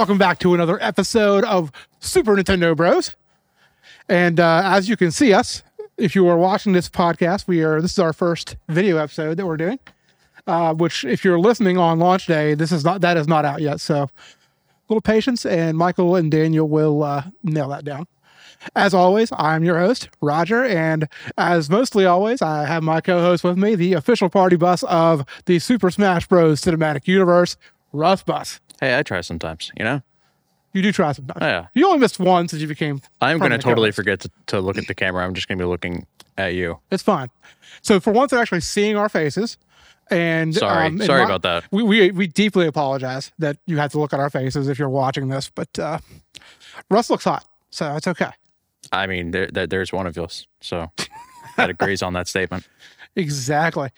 Welcome back to another episode of Super Nintendo Bros. And uh, as you can see us, if you are watching this podcast, we are this is our first video episode that we're doing. Uh, which, if you're listening on launch day, this is not that is not out yet. So, a little patience, and Michael and Daniel will uh, nail that down. As always, I'm your host, Roger, and as mostly always, I have my co-host with me, the official party bus of the Super Smash Bros. Cinematic Universe, Russ Bus. Hey, I try sometimes, you know? You do try sometimes. Oh, yeah. You only missed one since you became. I'm going to permanent totally co-host. forget to, to look at the camera. I'm just going to be looking at you. It's fine. So for once, they're actually seeing our faces. And Sorry. um, in Sorry my- about that. We, we we deeply apologize that you have to look at our faces if you're watching this, but uh, Russ looks hot, so it's okay. I mean, there, there, there's one of us. So that agrees on that statement. Exactly.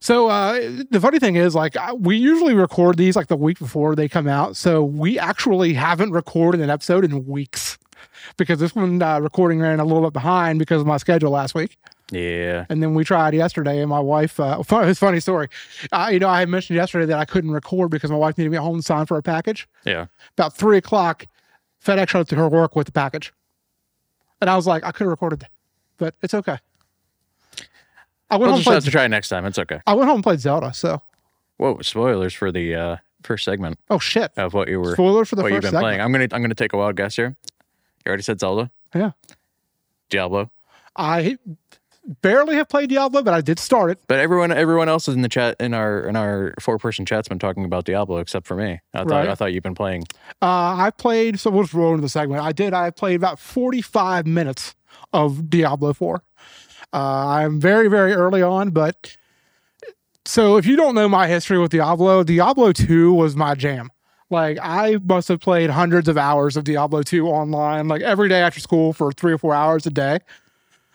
So uh, the funny thing is, like, I- we usually record these like the week before they come out. So we actually haven't recorded an episode in weeks because this one uh, recording ran a little bit behind because of my schedule last week. Yeah. And then we tried yesterday, and my wife. Uh, fun, it's a funny story. I, you know, I had mentioned yesterday that I couldn't record because my wife needed me at home to sign for a package. Yeah. About three o'clock, FedEx showed up to her work with the package, and I was like, I could have recorded, that, but it's okay. I went We'll home. and just have Played, to try next time. It's okay. I went home and played Zelda. So, Whoa, spoilers for the uh, first segment oh shit! of what you were Spoiler for the what you've first been segment. playing. I'm going to I'm going to take a wild guess here. You already said Zelda? Yeah. Diablo. I barely have played Diablo, but I did start it. But everyone everyone else is in the chat in our in our four-person chat's been talking about Diablo except for me. I thought Right. I thought you've been playing. Uh, I played. So we'll just roll into the segment. I did. I played about forty-five minutes of Diablo Four. Uh, I'm very, very early on, but so if you don't know my history with Diablo, Diablo Two was my jam. Like I must have played hundreds of hours of Diablo Two online, like every day after school for three or four hours a day,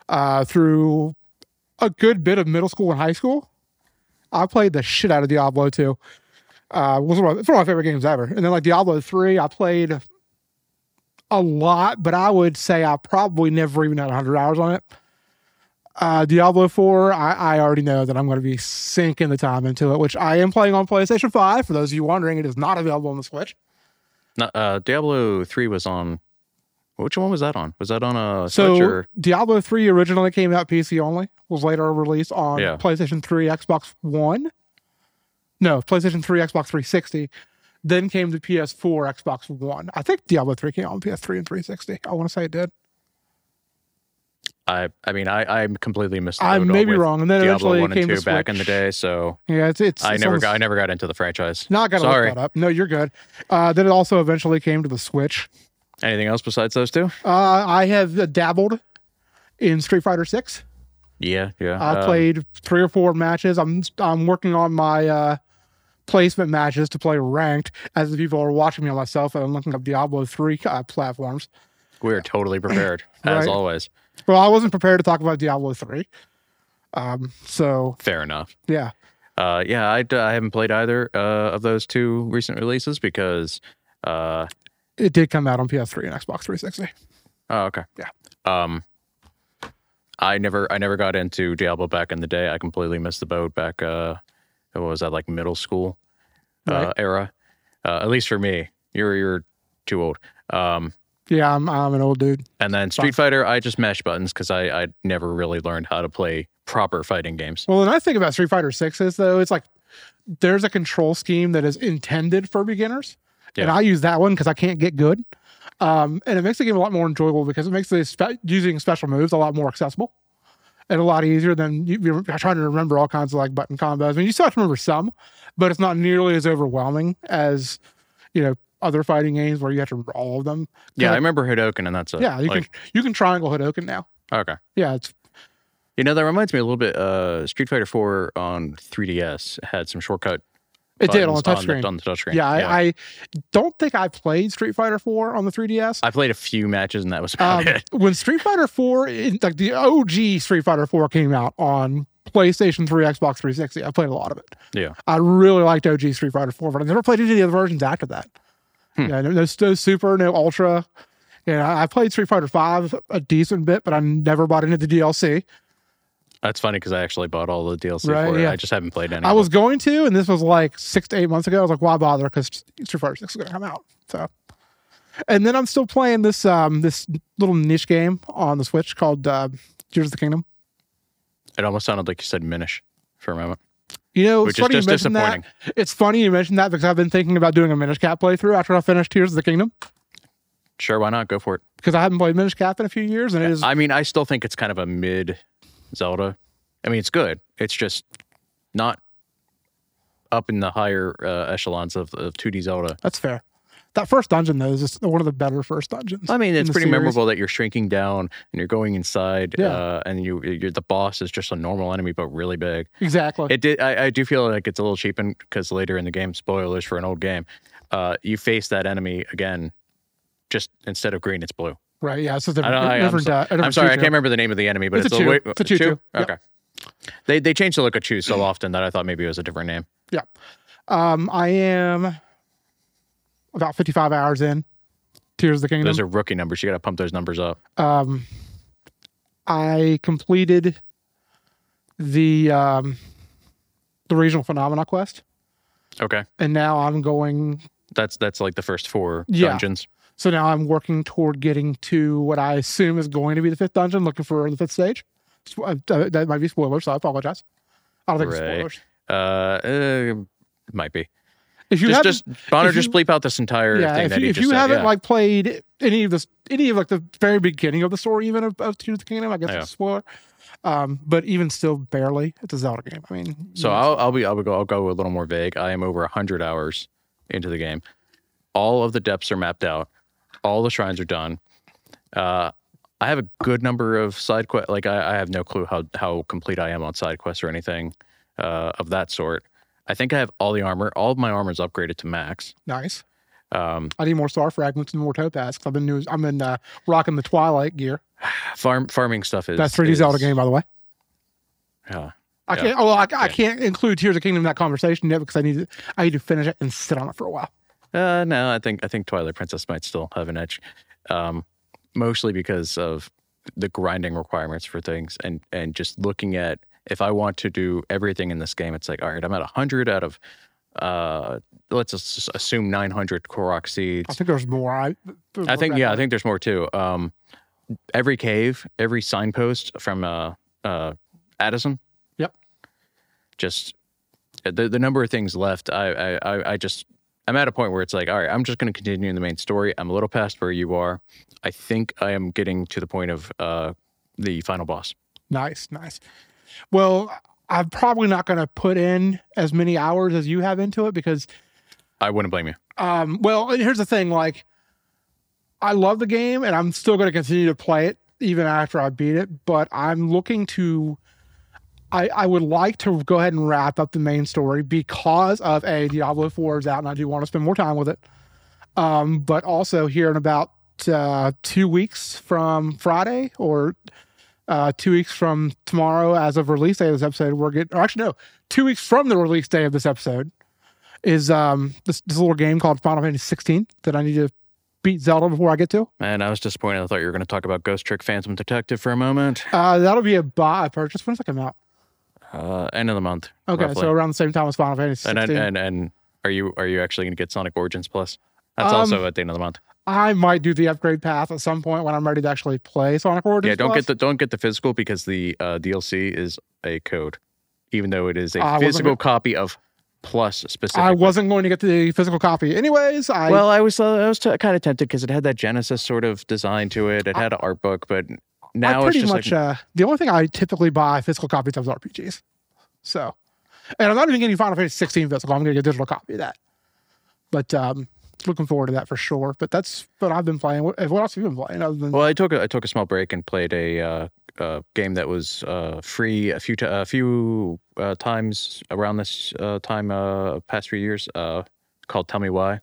uh, through a good bit of middle school and high school. I played the shit out of Diablo Two. Uh, was one of my- it's one of my favorite games ever. And then like Diablo Three, I played a lot, but I would say I probably never even had 100 hours on it. Uh, Diablo 4, I, I already know that I'm going to be sinking the time into it, which I am playing on PlayStation 5. For those of you wondering, it is not available on the Switch. No, uh, Diablo three was on. Which one was that on? Was that on a So Switch or Diablo 3 originally came out PC only, was later released on Yeah. PlayStation 3, Xbox One. No, PlayStation 3, Xbox 360. Then came the PS4, Xbox One. I think Diablo 3 came out on PS3 and 360. I want to say it did. I? I mean, I I completely missed. the I boat may on be with wrong. And then Diablo one eventually it and came two to Switch. back in the day, so Yeah, it's it's. I it's never on the- got I never got into the franchise. No, I gotta Sorry. look that up. No, you're good. Uh, then it also eventually came to the Switch. Anything else besides those two? Uh, I have dabbled in Street Fighter Six. Yeah, yeah. I um, played three or four matches. I'm I'm working on my uh, placement matches to play ranked. As the people are watching me on my cell phone, I'm looking up Diablo three uh, platforms. We are totally prepared as Right. always. Well, I wasn't prepared to talk about Diablo three. Um, so Fair enough. yeah, Uh, yeah, I, d- I haven't played either uh, of those two recent releases because. Uh, it did come out on PS3 and Xbox 360. oh, okay. Yeah. Um. I never I never got into Diablo back in the day. I completely missed the boat back uh what was that like middle school uh, Right. era. Uh, at least for me. You're you're too old. Um Yeah, I'm I'm an old dude. and then Street Fighter, I just mash buttons because I, I never really learned how to play proper fighting games. Well, the nice thing about Street Fighter Six is though, it's like there's a control scheme that is intended for beginners, and Yeah. I use that one because I can't get good, um, and it makes the game a lot more enjoyable because it makes the spe- using special moves a lot more accessible and a lot easier than you, you're trying to remember all kinds of like button combos. I mean, you still have to remember some, but it's not nearly as overwhelming as you know other fighting games where you have to remember all of them. Yeah, I Like- remember Hidoken and that's it. yeah, you Uh, like, can you can triangle Hadoken now. okay. Yeah, it's You know, that reminds me a little bit uh Street Fighter four on three DS had some shortcut it did on the buttons touchscreen. on the touchscreen. Yeah, I, I don't think I played Street Fighter 4 on the 3DS. I played a few matches and that was about Um, it. when Street Fighter 4, in- like the OG Street Fighter 4 came out on PlayStation 3, Xbox 360, I played a lot of it. Yeah. I really liked OG Street Fighter 4, but I never played any of the other versions after that. Hmm. Yeah, no, no, no Super, no Ultra. Yeah, I- I played Street Fighter 5 a decent bit, but I never bought into the DLC. That's funny because I actually bought all the DLC Right, for it. yeah. I just haven't played any. I of was going to, and this was like six to eight months ago. I was like, why bother? Because Street Fighter 6 is going to come out. So And then I'm still playing this um this little niche game on the Switch called uh, Tears of the Kingdom. It almost sounded like you said Minish for a moment, You know, it's which is funny you just mentioned that. disappointing. It's funny you mentioned that because I've been thinking about doing a Minish Cap playthrough after I finish Tears of the Kingdom Sure, why not? Go for it. because I haven't played Minish Cap in a few years and it is I mean, I still think it's kind of a mid Zelda. I mean, it's good. It's just not up in the higher uh, echelons of, of 2D Zelda. that's fair. That first dungeon though is just one of the better first dungeons. I mean, in it's the pretty series. memorable that you're shrinking down and you're going inside, Yeah. uh, and you you're, the boss is just a normal enemy but really big. Exactly. It did. I, I do feel like it's a little cheapened because later in the game, spoilers for an old game, uh, you face that enemy again. Just instead of green, it's blue. right. Yeah. It's a I different, don't- I- I'm different, so- uh, a different I'm sorry, I choo-choo. can't remember the name of the enemy, but It's it's, a the choo. way- It's a choo-choo. Yep. Okay. They they changed the look of Chew so often that I thought maybe it was a different name. Um, I am about 55 hours in Tears of the Kingdom. Those are rookie numbers. You got to pump those numbers up. um, I completed the um, the regional phenomena quest, Okay, and now I'm going. that's that's like the first four Yeah. dungeons. So now I'm working toward getting to what I assume is going to be the fifth dungeon, looking for the fifth stage. Spo- uh, That might be spoilers, so I apologize. I don't think Right. it's spoilers. Uh, uh it might be. If you just haven't, just Bonner, if you- just bleep out this entire yeah, thing if that you, he if just you said. haven't yeah. like played any of this, any of like the very beginning of the story, even of, of Tears of the Kingdom, I guess Yeah. it's a spoiler. Um, but even still, barely, it's a Zelda game. I mean, So you know, I'll, I'll be I'll go I'll go a little more vague. I am over hundred hours into the game. All of the depths are mapped out. All the shrines are done. Uh, I have a good number of side quests. Like I, I have no clue how how complete I am on side quests or anything uh, of that sort. I think I have all the armor. All of my armor is upgraded to max. nice. Um, I need more star fragments and more topaz. 'cause I've been new, I'm in uh, rocking the Twilight gear. farm farming stuff is That's 3D is- Zelda game, by the way. Yeah. I Yeah. can't. Oh, I, Yeah. I can't include Tears of the Kingdom in that conversation yet because I need to. I need to finish it and sit on it for a while. Uh, no, I think I think Twilight Princess might still have an edge, um, mostly because of the grinding requirements for things and and just looking at if I want to do everything in this game, it's like all right, I'm at hundred out of uh, let's just assume 900 Korok I seeds. think there's more. I. I think yeah, I think there's more too. Um, every cave, every signpost from uh, uh, Addison. Yep. Just uh, the the number of things left. I I I, I just I'm at a point where it's like, all right, I'm just going to continue in the main story. I'm a little past where you are. I think I am getting to the point of uh, the final boss. Nice, nice. Well, I'm probably not going to put in as many hours as you have into it because, I wouldn't blame you. um, well, and here's the thing: like, I love the game, and I'm still going to continue to play it even after I beat it. But I'm looking to, I, I would like to go ahead and wrap up the main story because of a Diablo Four is out, and I do want to spend more time with it. Um, but also here in about uh, two weeks from Friday or uh, two weeks from tomorrow, as of release day of this episode, we're getting, or actually, no, two weeks from the release day of this episode is um, this, this little game called Final Fantasy 16 that I need to beat Zelda before I get to. Man, I was disappointed. I thought you were going to talk about Ghost Trick Phantom Detective for a moment. Uh, that'll be a buy purchase. When's that come out? Uh, end of the month. Okay, roughly. so around the same time as Final Fantasy 16. and, and and and are you are you actually going to get Sonic Origins Plus? That's Um, also at the end of the month. I might do the upgrade path at some point when I'm ready to actually play Sonic Origins. Yeah, don't Plus. get the don't get the physical because the uh, DLC is a code, even though it is a Ah, I wasn't physical gonna- copy of Plus I specifically. wasn't going to get the physical copy. Anyways, I well, I was uh, I was t- kind of tempted because it had that Genesis sort of design to it. It I- had an art book, but I now it's pretty just much like uh, the only thing I typically buy physical copies of is RPGs. So, and I'm not even getting Final Fantasy 16 physical. I'm going to get a digital copy of that. But um, looking forward to that for sure. But that's what I've been playing. What, what else have you been playing other than? well, I took a, I took a small break and played a. Uh, uh, game that was uh, free a few t- a few uh, times around this uh, time uh, past few years uh, called Tell Me Why.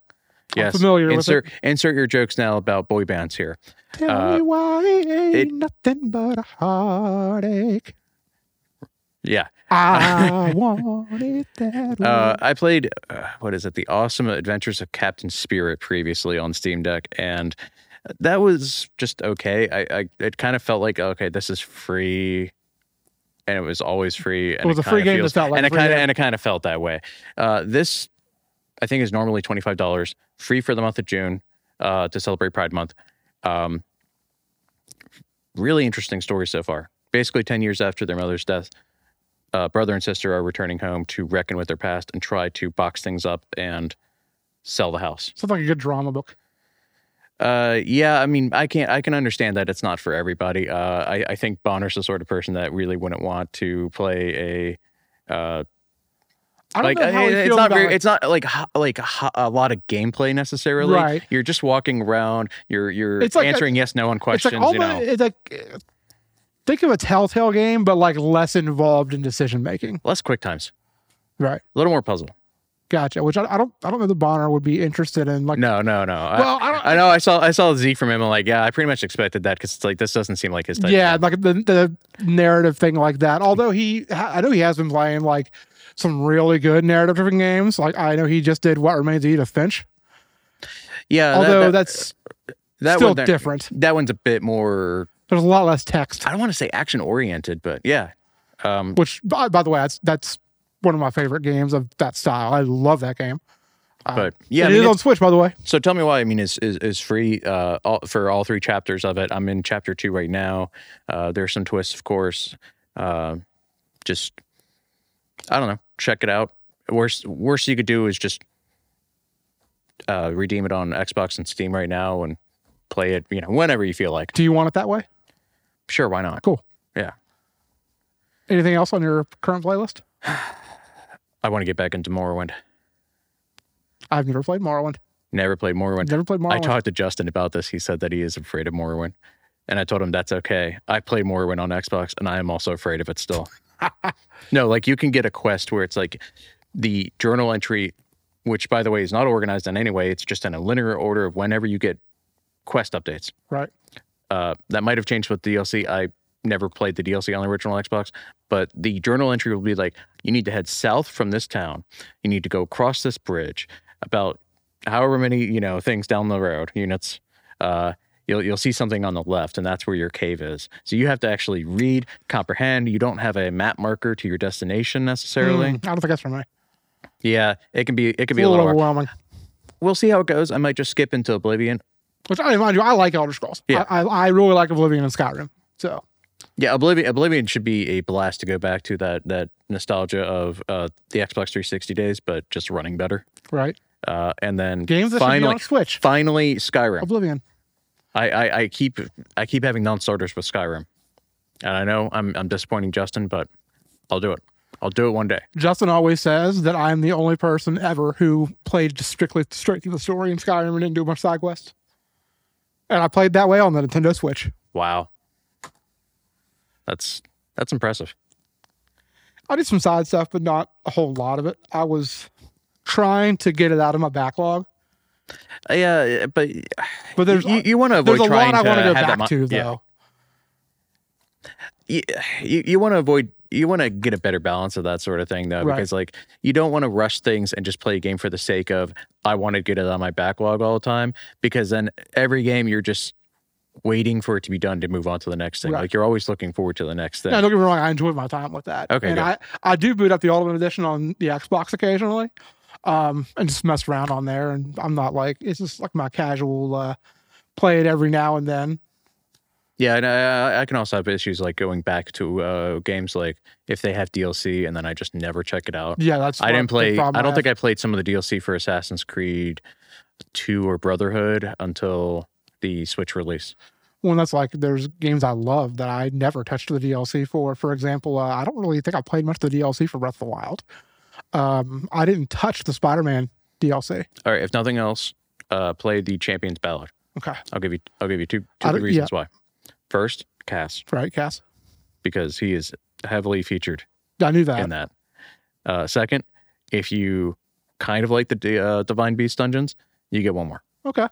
Yes, familiar with insert insert your jokes now about boy bands here. Tell uh, me why it ain't it- nothing but a heartache. Yeah, I want it that way. Uh, I played uh, what is it? The Awesome Adventures of Captain Spirit previously on Steam Deck, and that was just okay. I, I it kind of felt like okay, this is free, and it was always free. And was a kinda free game that felt like and it free, kind of yeah. and it kind of felt that way. Uh, this I think is normally twenty five dollars, free for the month of June. uh, to celebrate Pride Month. Um, really interesting story so far. Basically, 10 years after their mother's death, uh, brother and sister are returning home to reckon with their past and try to box things up and sell the house. Sounds like a good drama book. Uh, yeah, I mean, I can't. I can understand that it's not for everybody. Uh, I, I think Bonner's the sort of person that really wouldn't want to play a. Uh, I don't like know how uh, he it's feels not about very, it. it's not like ho- like ho- a lot of gameplay necessarily. Right. You're just walking around. You're you're It's like a- answering yes no on It's questions. like all you the know, it's like uh, think of a Telltale game, but like less involved in decision making. less quick times, Right. a little more puzzle. Gotcha. Which I, I don't I don't know the Bonner would be interested in. Like, No, no, no. I- well, I don't. I know. I saw. I saw Zeke from him. and like, yeah, I pretty much expected that because it's like this doesn't seem like his type. yeah, like the the narrative thing like that. Although he, I know he has been playing like some really good narrative driven games. Like I know he just did What Remains of Edith Finch. yeah. Although Uh, that, that's that still one there- different. That one's a bit more. There's a lot less text. I don't want to say action oriented, but yeah. Um, Which, by, by the way, that's that's one of my favorite games of that style. I love that game. Uh, but yeah, I it mean, is on it's- Switch, by the way. so tell me why. I mean, is is, is free uh, all, for all three chapters of it? I'm in chapter two right now. Uh, there are some twists, of course. Uh, just I don't know. Check it out. Worst worst you could do is just uh, redeem it on Xbox and Steam right now and play it. You know, whenever you feel like. Do you want it that way? Sure, why not? Cool. Yeah, Anything else on your current playlist? I want to get back into Morrowind. I've never played Morrowind. Never played Morrowind. Never played Morrowind. I talked to Justin about this. He said that he is afraid of Morrowind. And I told him that's okay. I play Morrowind on Xbox and I am also afraid of it still. no, like you can get a quest where it's like the journal entry, which by the way is not organized in any way, it's just in a linear order of whenever you get quest updates. right. Uh, that might have changed with DLC. I never played the DLC on the original Xbox, but the journal entry will be like, you need to head south from this town. You need to go across this bridge about however many, you know, things down the road, units. Uh, you'll, you'll see something on the left, and that's where your cave is. So you have to actually read, comprehend. You don't have a map marker to your destination necessarily. Mm, I don't think that's for me. Yeah, it can be it can It's be a little hard. overwhelming. We'll see how it goes. I might just skip into Oblivion. Which I mind you, I like Elder Scrolls. Yeah. I, I, I really like Oblivion and Skyrim. So Yeah, Oblivion Oblivion should be a blast to go back to that that nostalgia of uh, the Xbox 360 days, but just running better. right. Uh, and then Games that should be finally, on Switch. finally Skyrim. Oblivion. I, I, I keep I keep having non-starters with Skyrim, and I know I'm I'm disappointing Justin, but I'll do it. I'll do it one day. Justin always says that I'm the only person ever who played just strictly straight through the story in Skyrim and didn't do much side quest. And I played that way on the Nintendo Switch. Wow, that's that's impressive. I did some side stuff, but not a whole lot of it. I was trying to get it out of my backlog, Uh, yeah, but but there's you, you want to avoid there's a trying lot I to want to go have that back mon- to though. yeah. you you, you want to avoid you want to get a better balance of that sort of thing though Right. because like you don't want to rush things and just play a game for the sake of i want to get it on my backlog all the time because then every game you're just waiting for it to be done to move on to the next thing Right. like you're always looking forward to the next thing Now, don't get me wrong, I enjoyed my time with that. Okay, and good. I, I do boot up the Ultimate Edition on the Xbox occasionally, um, and just mess around on there. And I'm not like it's just like my casual uh, play it every now and then. yeah and uh, I, I can also have issues like going back to uh, games like if they have dlc and then i just never check it out Yeah, that's I what- didn't the play. problem I don't have. think I played some of the DLC for Assassin's Creed Two or Brotherhood until the Switch release. Well, that's like there's games I love that I never touched the DLC for. For example, uh, I don't really think I played much of the DLC for Breath of the Wild. Um, I didn't touch the Spider-Man DLC. All right. If nothing else, uh, play the Champions Ballad. Okay, I'll give you. I'll give you two I don't- two good reasons why. First, Cass right, Cass? because he is heavily featured I knew that. in that. Uh, second, if you kind of like the D- uh, Divine Beast dungeons, you get one more. Okay,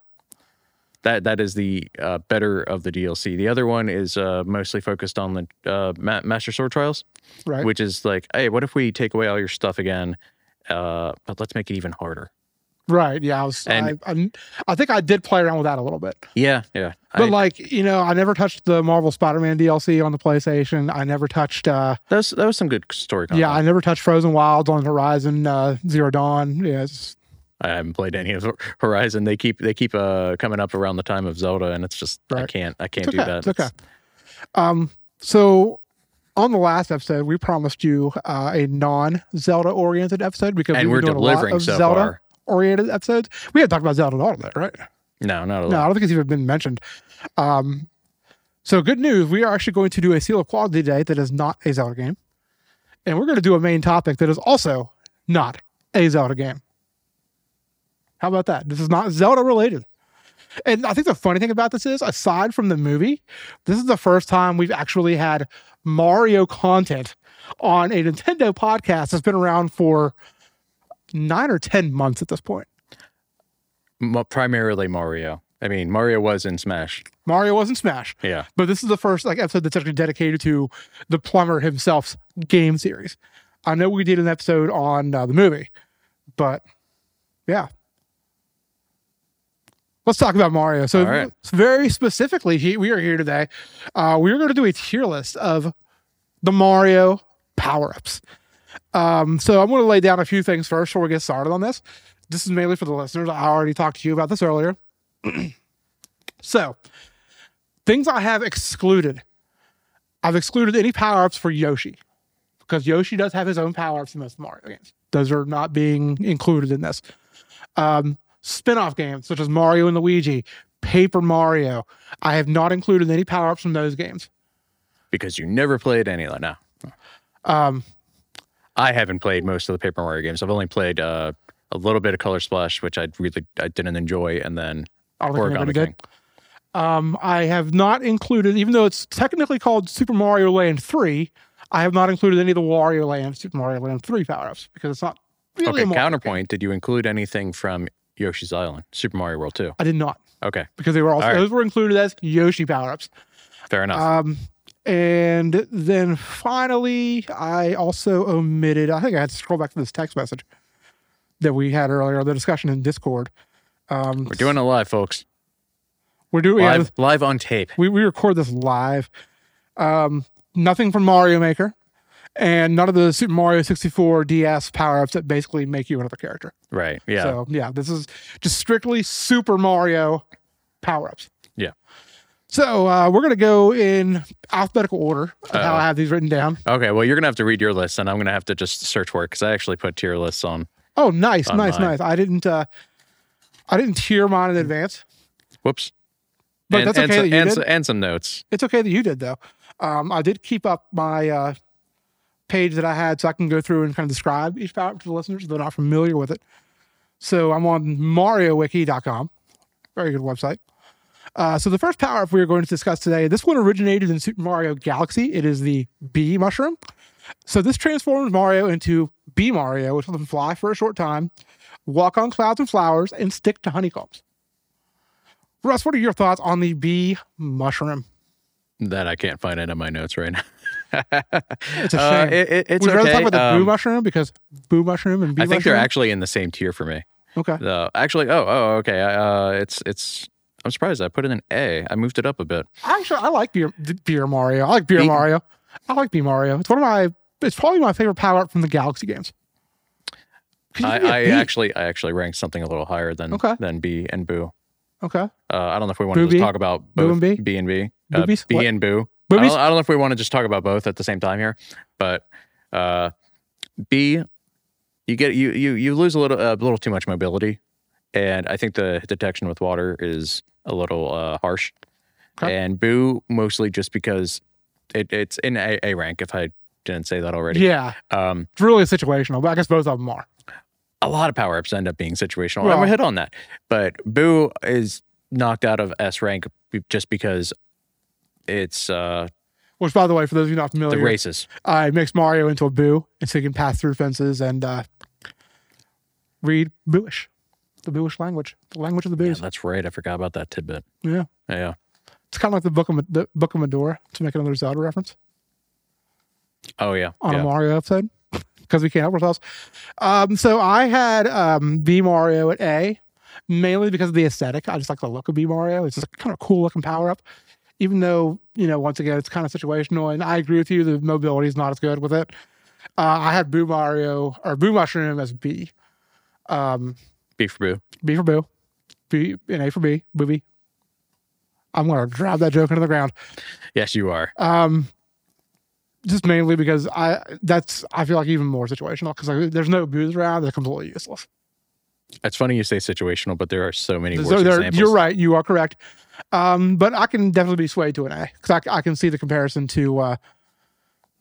That that is the uh, better of the DLC. The other one is uh, mostly focused on the uh, Ma- Master Sword Trials. right. which is like, hey, what if we take away all your stuff again, uh, but let's make it even harder? Right. Yeah. I was. And- I, I, I think I did play around with that a little bit, Yeah, yeah. but I- like you know, I never touched the Marvel Spider-Man DLC on the PlayStation. I never touched. uh that was that was some good story. Content. Yeah, I never touched Frozen Wilds on Horizon uh, Zero Dawn. Yes. I haven't played any of Horizon. They keep they keep uh, coming up around the time of Zelda, and it's just I Right. can't I can't It's do okay, that. it's okay. Um, so on the last episode, we promised you uh, a non-Zelda oriented episode because and we we're were doing a lot delivering of so Zelda far. oriented episodes. We haven't talked about Zelda at all today, right? No, not at No, I all. don't think it's even been mentioned. Um, so good news, we are actually going to do a seal of quality today that is not a Zelda game, and we're going to do a main topic that is also not a Zelda game. How about that? This is not Zelda related. And I think the funny thing about this is, aside from the movie, this is the first time we've actually had Mario content on a Nintendo podcast that's been around for nine or 10 months at this point. Ma- primarily Mario. I mean, Mario was in Smash. Mario wasn't Smash. Yeah, But this is the first like episode that's actually dedicated to the plumber himself's game series. I know we did an episode on uh, the movie, but yeah. Let's talk about Mario. So, All right. very specifically, he, we are here today. Uh, we're going to do a tier list of the Mario power ups. Um, so, I'm going to lay down a few things first before we get started on this. This is mainly for the listeners. I already talked to you about this earlier. so, things I have excluded. I've excluded any power ups for Yoshi because Yoshi does have his own power ups in most Mario games. Those are not being included in this. Um, Spin off games such as Mario and Luigi, Paper Mario. I have not included any power ups from those games. because you never played any of that. No, Um, I haven't played most of the Paper Mario games. I've only played uh, a little bit of Color Splash, which I really I didn't enjoy, and then I don't think Origami anybody King. did. Um, I have not included, even though it's technically called Super Mario Land 3, I have not included any of the Wario Land, Super Mario Land 3 power ups because it's not really a Okay, Mario game. counterpoint. Did you include anything from Yoshi's Island, Super Mario World 2? I did not Okay, because they were also, All right. those were included as Yoshi power ups. fair enough. Um, and then finally, I also omitted. I think I had to scroll back to this text message that we had earlier, the discussion in Discord. Um, We're doing it live, folks. We're doing. yeah, Live, live on tape. we we record this live. Um, nothing from Mario Maker, and none of the Super Mario 64 DS power ups that basically make you another character. Right. Yeah. So yeah, this is just strictly Super Mario power ups. Yeah. So uh, we're gonna go in alphabetical order of how Uh-oh. I have these written down. Okay. Well, you're gonna have to read your list, and I'm gonna have to just search for it because I actually put tier lists on. Oh, nice, on nice, mine. nice. I didn't, uh, I didn't tier mine in advance, Whoops. but and, that's and okay. Some, that you and, did. some, and some notes. it's okay that you did though. Um, I did keep up my uh, page that I had, so I can go through and kind of describe each power up to the listeners if they're not familiar with it. So I'm on MarioWiki.com, very good website. Uh, so the first power up we are going to discuss today, this one originated in Super Mario Galaxy. It is the bee mushroom. So this transforms Mario into bee Mario, which lets him fly for a short time, walk on clouds and flowers, and stick to honeycombs. Russ, what are your thoughts on the bee mushroom? That I can't find it in my notes right now. It's a Uh, shame. it, it- it's We'd rather okay. talk about the boo Um, mushroom because boo mushroom and bee I think they're mushroom. actually in the same tier for me. okay. Though, actually, oh, oh, okay. I, Uh, it's it's. I'm surprised I put it in A. I moved it up a bit. Actually, I like beer, beer Mario. I like beer Bee- Mario. I like bee Mario. It's one of my. It's probably my favorite power up from the Galaxy games. 'Cause you I, can be a I bee. actually I actually ranked something a little higher than Okay. than B and Boo. okay. Uh, I don't know if we want to Boo just Bee? talk about Boo both and Bee? B and B, uh, Boobies? B What? and Boo. I Boobies. don't, I don't know if we want to just talk about both at the same time here, but uh, B, you get you you you lose a little a little too much mobility, and I think the detection with water is a little uh, harsh, Okay. and Boo mostly just because it, it's in a, a rank. If I didn't say that already, Yeah, um, it's really situational, but I guess both of them are. a lot of power ups end up being situational. I'm Well- gonna hit on that, but Boo is knocked out of S rank be- just because it's uh, Which, by the way, for those of you not the familiar, races. I mix Mario into a boo, and so he can pass through fences and uh, read booish, the booish language, the language of the Yeah, boos. that's right. I forgot about that tidbit. yeah. Yeah. It's kind of like the Book of, Ma- the Book of Medora to make another Zelda reference Oh yeah. on yeah. a Mario episode because we can't help ourselves. Um, so I had um, B Mario at A mainly because of the aesthetic. I just like the look of B Mario. It's just kind of cool looking power up, even though you know once again it's kind of situational. And I agree with you, the mobility is not as good with it. Uh, I had Boo Mario or Boo Mushroom as B. Um, B for boo. B for boo, B and A for B, booby. I'm gonna drive that joke into the ground. Yes, you are. Um, just mainly because I that's I feel like even more situational because like, there's no booze around, they're completely useless. It's funny you say situational, but there are so many So worse there- examples. you're right, you are correct. Um, but I can definitely be swayed to an A because I, I can see the comparison to uh,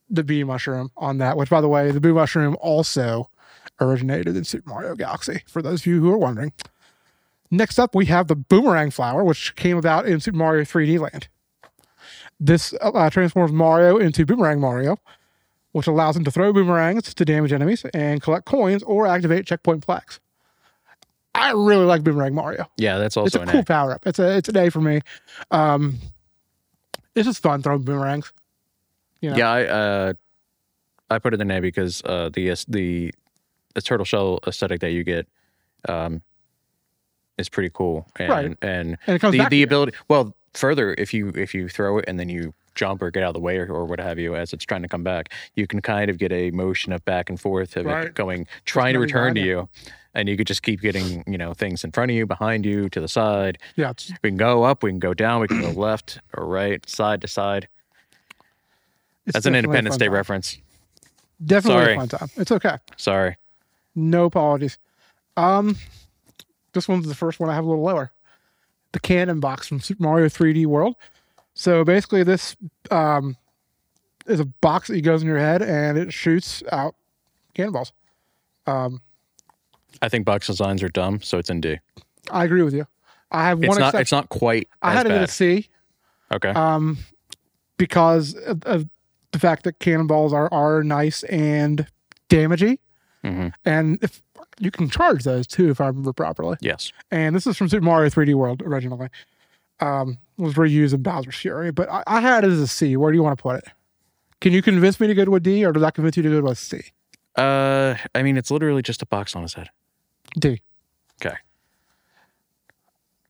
the bee mushroom on that. Which, by the way, the bee mushroom also originated in Super Mario Galaxy. For those of you who are wondering. Next up, we have the boomerang flower, which came about in Super Mario 3D Land. This uh, transforms Mario into Boomerang Mario, which allows him to throw boomerangs to damage enemies and collect coins or activate checkpoint plaques. I really like Boomerang Mario Yeah, that's also it's an a cool A. power up. It's a it's an A for me. Um, it's just fun throwing boomerangs. You know, Yeah, I uh, I put it in A because uh, the es- the the turtle shell aesthetic that you get um, is pretty cool, and Right. and and it comes the, back. the ability. Well, further, if you if you throw it and then you jump or get out of the way or, or what have you as it's trying to come back, you can kind of get a motion of back and forth of Right. it going trying to moving return to behind you, and you could just keep getting you know things in front of you, behind you, to the side. yeah, it's, We can go up, we can go down, we can go left or right, side to side. it's That's an definitely a Independence fun Day time. reference. Definitely Sorry. a fun time. It's okay. Sorry. No apologies. Um, this one's the first one I have a little lower. The cannon box from Super Mario 3D World. So basically, this um, is a box that goes in your head and it shoots out cannonballs. Um, I think box designs are dumb, so it's in D. I agree with you. I have It's one not. exception. It's not quite I as had it at a bad. C. okay. um, because of, of the fact that cannonballs are are nice and damagey, Mhm. and if you can charge those too, if I remember properly. Yes. And this is from Super Mario 3D World originally. Um, was reused in Bowser's Fury, but I, I had it as a C. Where do you want to put it? Can you convince me to go to a D, or does that convince you to go to a C? Uh, I mean, it's literally just a box on his head. D.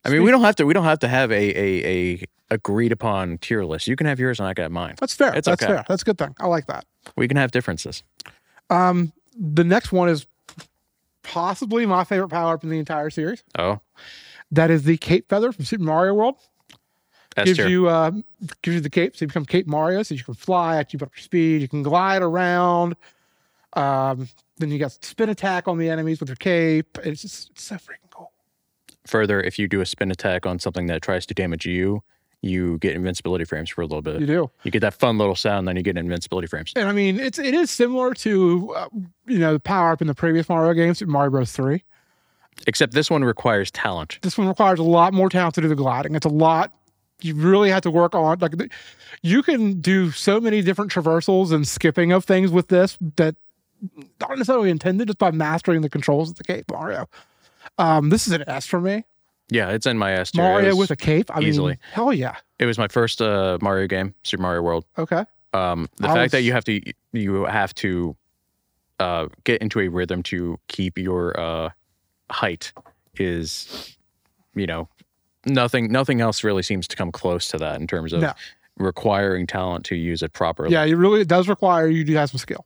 I mean, we don't have to. We don't have to have a a, a agreed upon tier list. You can have yours, and I got mine. That's fair. It's That's okay. fair. That's a good thing. I like that. We can have differences. Um, the next one is possibly my favorite power up in the entire series. Oh, That is the cape feather from Super Mario World. S gives tier. you uh, gives you the cape, so you become Cape Mario, so you can fly, keep up your speed, you can glide around. Um, then you got spin attack on the enemies with your cape. It's just it's so freaking cool. Further, if you do a spin attack on something that tries to damage you, you get invincibility frames for a little bit. You do, You get that fun little sound, then you get invincibility frames. and I mean it's it is similar to uh, you know the power up in the previous Mario games, Super Mario Bros. Three. Except this one requires talent. This one requires a lot more talent to do the gliding. It's a lot. You really have to work on like the- you can do so many different traversals and skipping of things with this that not necessarily intended just by mastering the controls of the cape Mario. Um, this is an S for me. Yeah, it's in my S tier. Mario it was, with a cape. I easily. mean, hell yeah. it was my first uh, Mario game, Super Mario World. Okay. um, the I fact that was- you have to you have to uh, get into a rhythm to keep your uh, height is you know nothing nothing else really seems to come close to that in terms of No. requiring talent to use it properly Yeah, it really it does require you to have some skill,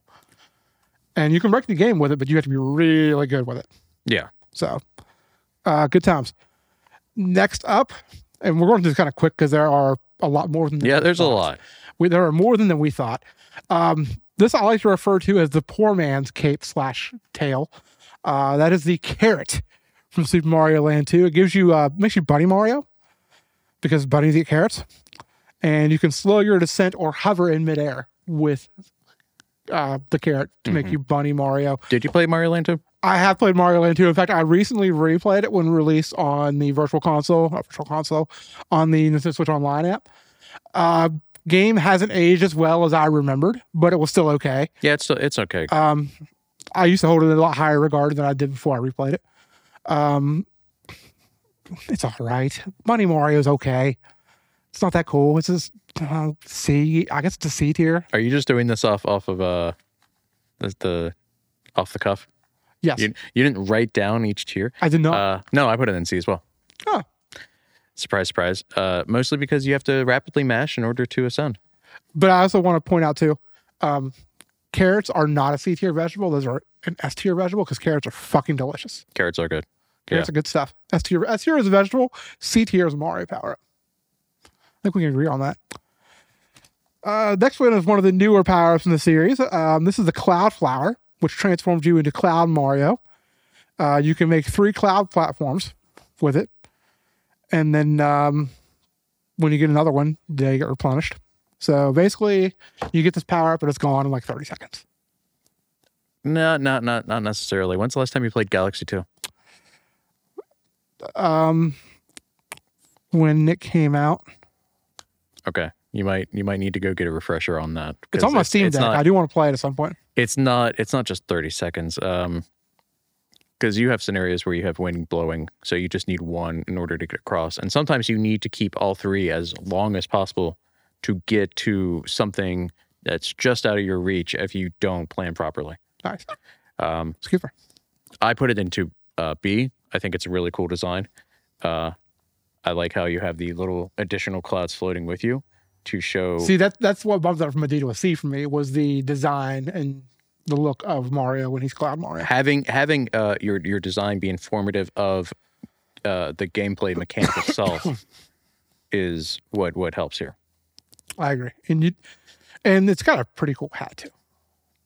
and you can break the game with it, but you have to be really good with it. yeah So, uh, good times. Next up, and we're going to just kind of quick because there are a lot more than uh, yeah there's a lot We, there are more than than we thought. Um, this I like to refer to as the poor man's cape slash tail. Uh, that is the carrot from Super Mario Land 2. It gives you uh, makes you Bunny Mario because bunnies eat carrots, and you can slow your descent or hover in midair with uh, the carrot to make you Bunny Mario. did you play mario land 2 I have played Mario Land 2. In fact, I recently replayed it when released on the Virtual Console, uh, Virtual Console, on the Nintendo Switch Online app. Uh, game hasn't aged as well as I remembered, but it was still okay. yeah it's it's okay Um, I used to hold it in a lot higher regard than I did before I replayed it. Um, it's all right. Bunny Mario's okay. It's not that cool. It's just uh, C. I guess it's a C tier. are you just doing this off off of uh the, the off the cuff Yes, you, you didn't write down each tier I did not. Uh, no, I put it in C as well. Oh. Surprise, surprise. Uh, mostly because you have to rapidly mash in order to ascend. But I also want to point out too, um, carrots are not a C tier vegetable. Those are an S tier vegetable because carrots are fucking delicious. Carrots are good. Okay, That's the good stuff. S tier, S tier is a vegetable. C tier is Mario power up. I think we can agree on that. Uh, next one is one of the newer power ups in the series. Um, this is the Cloud Flower, which transforms you into Cloud Mario. Uh, you can make three cloud platforms with it, and then um, when you get another one, they get replenished. So basically, you get this power up, and it's gone in like thirty seconds. No, not not not necessarily. When's the last time you played Galaxy Two? Um, when it came out, Okay, you might you might need to go get a refresher on that. it's 'cause on my Steam it's Deck. not- I do want to play it at some point. it's not it's not just 30 seconds um because you have scenarios where you have wind blowing so you just need one in order to get across and sometimes you need to keep all three as long as possible to get to something that's just out of your reach if you don't plan properly Nice. um Excuse me. i put it into uh b i think it's a really cool design uh i like how you have the little additional clouds floating with you to show See that that's what bumped up from a D to a C for me was the design and the look of Mario when he's Cloud Mario. having having uh, your your design be informative of uh, the gameplay mechanic itself is what what helps here. I agree, and you, and it's got a pretty cool hat too.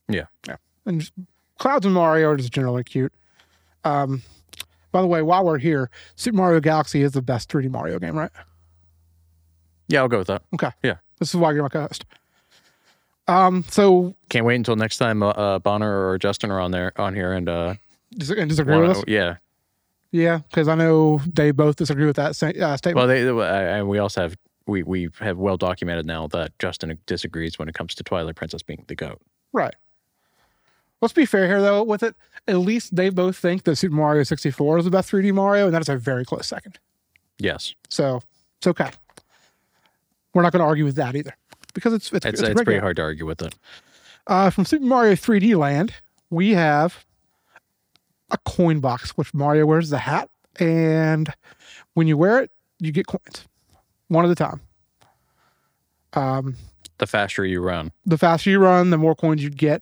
Yeah. yeah. And just, Clouds and Mario are just generally cute. Um, by the way, while we're here, Super Mario Galaxy is the best 3D Mario game, right? Yeah, I'll go with that. Okay. Yeah. This is why you're my co-host. Um, so Can't wait until next time uh, uh, Bonner or Justin are on there on here and uh, dis- and disagree with wanna- us? yeah. Yeah, because I know they both disagree with that sa- uh, statement. Well, they, they- I- and we also have we we have well documented now that Justin disagrees when it comes to Twilight Princess being the goat. Right. Let's be fair here, though, with it. At least they both think that Super Mario 64 is the best 3D Mario, and that is a very close second. Yes, So it's okay. We're not going to argue with that either because it's it's, it's it's a it's, great pretty game. hard to argue with it. Uh, from Super Mario 3D Land, we have a coin box, which Mario wears the hat, and when you wear it, you get coins, one at a time. Um, The faster you run, the faster you run, the more coins you'd get.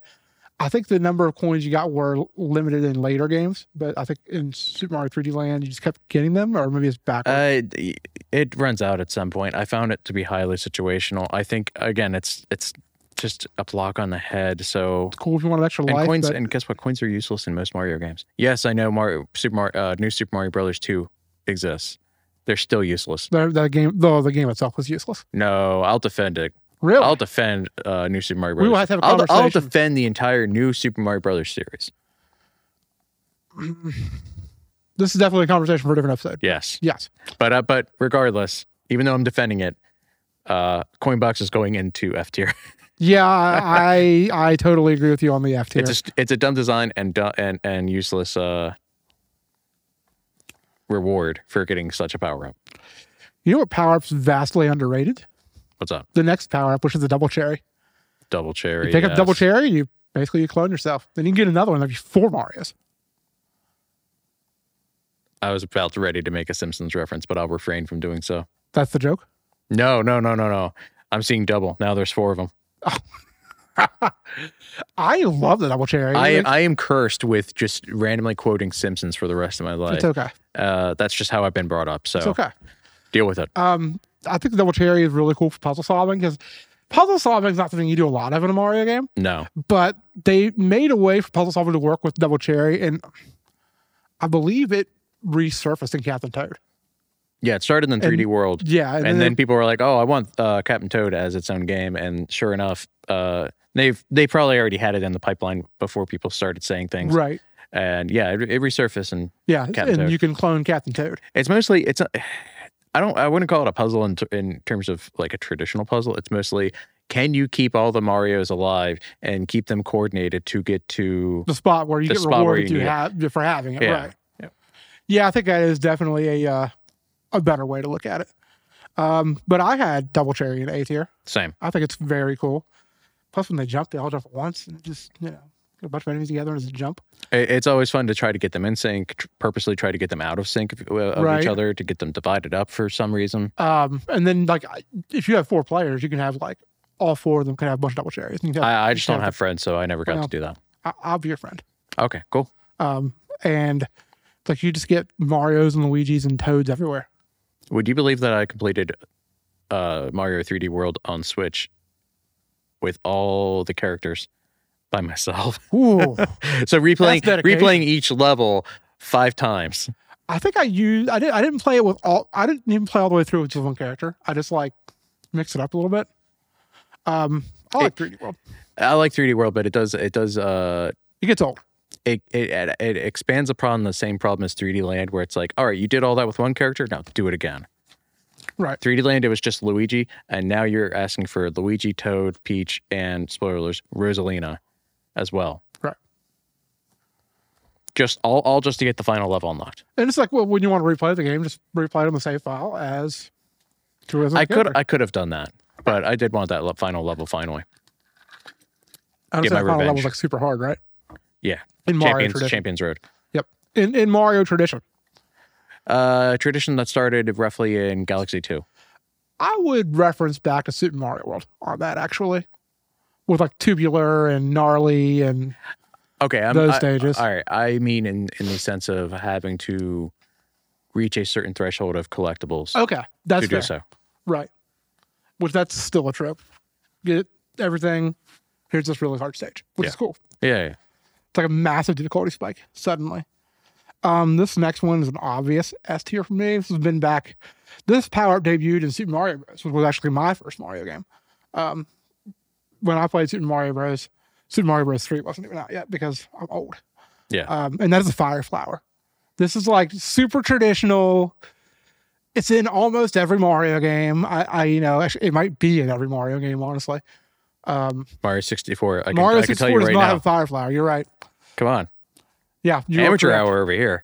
I think the number of coins you got were l- limited in later games, but I think in Super Mario 3D Land, you just kept getting them, or maybe it's backwards. Uh, it- it runs out at some point. I found it to be highly situational. I think again, it's it's just a block on the head. So it's cool if you want an extra and life. coins but and guess what? Coins are useless in most Mario games. Yes, I know Mario Super Mario uh, New Super Mario Brothers two exists. They're still useless. the, the game, though, the game itself was useless. No, I'll defend it. Really? I'll defend uh, New Super Mario Oh. We will Brothers. have to have a I'll, I'll conversation. defend the entire New Super Mario Brothers series. this is definitely a conversation for a different episode. Yes, Yes. but uh, but regardless, even though I'm defending it, uh, Coinbox is going into F tier. Yeah, I I I totally agree with you on the F tier. It's a, it's a dumb design and du- and and useless uh, reward for getting such a power up. You know what power up's vastly underrated? What's up, The next power up, which is the double cherry. double cherry? You pick up yes. double cherry, you basically you clone yourself. Then you can get another one, that'd be four Marios. I was about ready to make a Simpsons reference, but I'll refrain from doing so. That's the joke. No, no, no, no, no. I'm seeing double now. There's four of them. I love the double cherry. I It's- I am cursed with just randomly quoting Simpsons for the rest of my life. it's okay. uh, that's just how I've been brought up. So It's okay. deal with it. Um, I think the double cherry is really cool for puzzle solving because puzzle solving is not something you do a lot of in a Mario game, No, but they made a way for puzzle solving to work with double cherry, and I believe it resurfaced in Captain Toad. yeah, it started in 3D world. Yeah, and then people were like, "Oh, I want uh, Captain Toad as its own game." And sure enough, uh, they've they probably already had it in the pipeline before people started saying things. right, And yeah, it, it resurfaced, and yeah, Captain and Toad. you can clone Captain Toad. it's mostly it's. A, I don't. I wouldn't call it a puzzle in, t- in terms of like a traditional puzzle. It's mostly can you keep all the Mario's alive and keep them coordinated to get to the spot where you The get spot where rewarded you you need it. have for having it. Yeah. Right. Yeah. Yeah, I think that is definitely a uh, a better way to look at it. Um, but I had double cherry in A tier. same? I think it's very cool. Plus, when they jump, they all jump at once and just you know get a bunch of enemies together and just jump. It, it's always fun to try to get them in sync. tr- Purposely try to get them out of sync of, of Right. each other to get them divided up for some reason. Um, and then like I- if you have four players, you can have like all four of them can have a bunch of double cherries. And you can have, I, I just Yeah, don't but- have friends, so I never got Well. to do that. I- I'll be your friend. Okay, cool. Um, and Like you just get Mario's and Luigi's and Toads everywhere. Would you believe that I completed uh, Mario 3D World on Switch with all the characters by myself? Ooh. so replaying That's dedication. replaying each level five times. I think I used I didn't I didn't play it with all I didn't even play all the way through with just one character. I just like mixed it up a little bit. Um I like 3D World. I like 3D World, but it does it does uh It gets old. it it it expands upon the same problem as 3D Land, where it's like, all right, you did all that with one character, now do it again. Right. 3D Land, it was just Luigi, and now you're asking for Luigi, Toad, Peach, and spoilers, Rosalina, as well. Right. Just all all just to get the final level unlocked. And it's like well when you want to replay the game, just replay it on the save file as two as I could uh, I could have done that, but I did want that le- final level finally. I get understand my final revenge. level's like super hard, right? Yeah, In Mario Champions tradition. Champions Road. Yep. In in Mario tradition. Uh, tradition that started roughly in Galaxy Two. I would reference back to Super Mario World on that actually. With like tubular and gnarly and Okay, I'm, Those I- stages. All right, I mean in in the sense of having to reach a certain threshold of collectibles okay, Oh, that's to do fair. so. Right. Which that's still a trip. Get everything. Here's this really hard stage, which is Yeah. cool. Yeah, yeah. It's like a massive difficulty spike suddenly. Um, this next one is an obvious S tier for me. This has been back. This power up debuted in Super Mario Bros. which was actually my first Mario game. Um, when I played Super Mario Bros., Super Mario Bros. Three wasn't even out yet because I'm old. Yeah. Um, and that is a fire flower. This is like super traditional. It's in almost every Mario game. I, I you know, actually, it might be in every Mario game, honestly. Um, Mario 64. I can, Mario I can tell 64 you does right not now. have a fire flower. You're right. Come on. Yeah. you are Amateur correct. hour over here.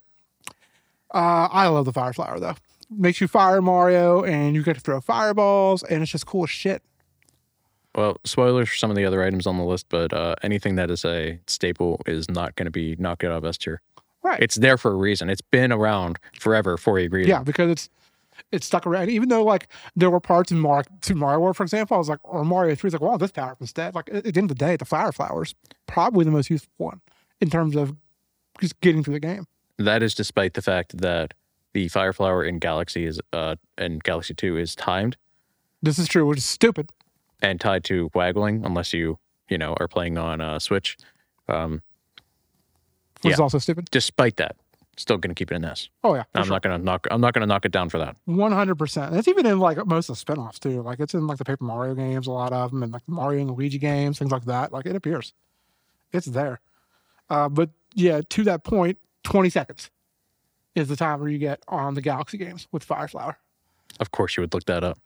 Uh, I love the fire flower though. Makes you fire Mario, and you get to throw fireballs, and it's just cool as shit. Well, spoilers for some of the other items on the list, but uh, anything that is a staple is not going to be knocked out of S tier. Right. It's there for a reason. It's been around forever for a reason. Yeah, because it's it's stuck around. Even though like there were parts in Mario, to Mario World, for example, I was like, or Mario Three, is like, wow, this power up instead. Like at at the end of the day, the fire flowers probably the most useful one in terms of just getting through the game. That is despite the fact that the Fire Flower in Galaxy is uh in Galaxy 2 is timed This is true, which is stupid. and tied to waggling unless you, you know, are playing on uh, Switch. Um, Which is Yeah. also stupid. despite that, still going to keep it in S. Oh yeah, I'm not going to knock I'm not going to knock it down for that. one hundred percent. That's even in like most of the spinoffs too. Like it's in like the Paper Mario games, a lot of them, and like Mario and Luigi games, things like that. Like it appears, it's there. Uh, but yeah, to that point, twenty seconds is the timer you get on the Galaxy games with Fireflower. Of course you would look that up.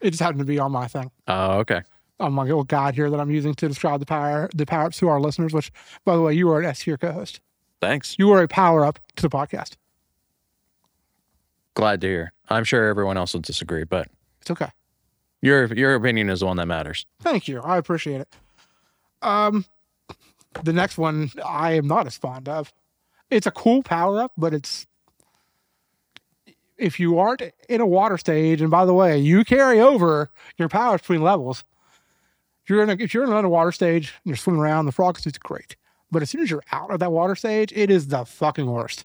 It just happened to be on my thing, Oh, okay. on my little guide here that I'm using to describe the power the power ups to our listeners. Which, by the way, you are an S tier co-host. Thanks. You are a power up to the podcast. Glad to hear. I'm sure everyone else will disagree, but It's okay. your your opinion is the one that matters. Thank you. I appreciate it. Um, the next one I am not as fond of. It's a cool power up, but it's if you aren't in a water stage, and by the way, you carry over your powers between levels. If you're in a, if you're in an underwater stage and you're swimming around, the frog suit's great. But as soon as you're out of that water stage, it is the fucking worst.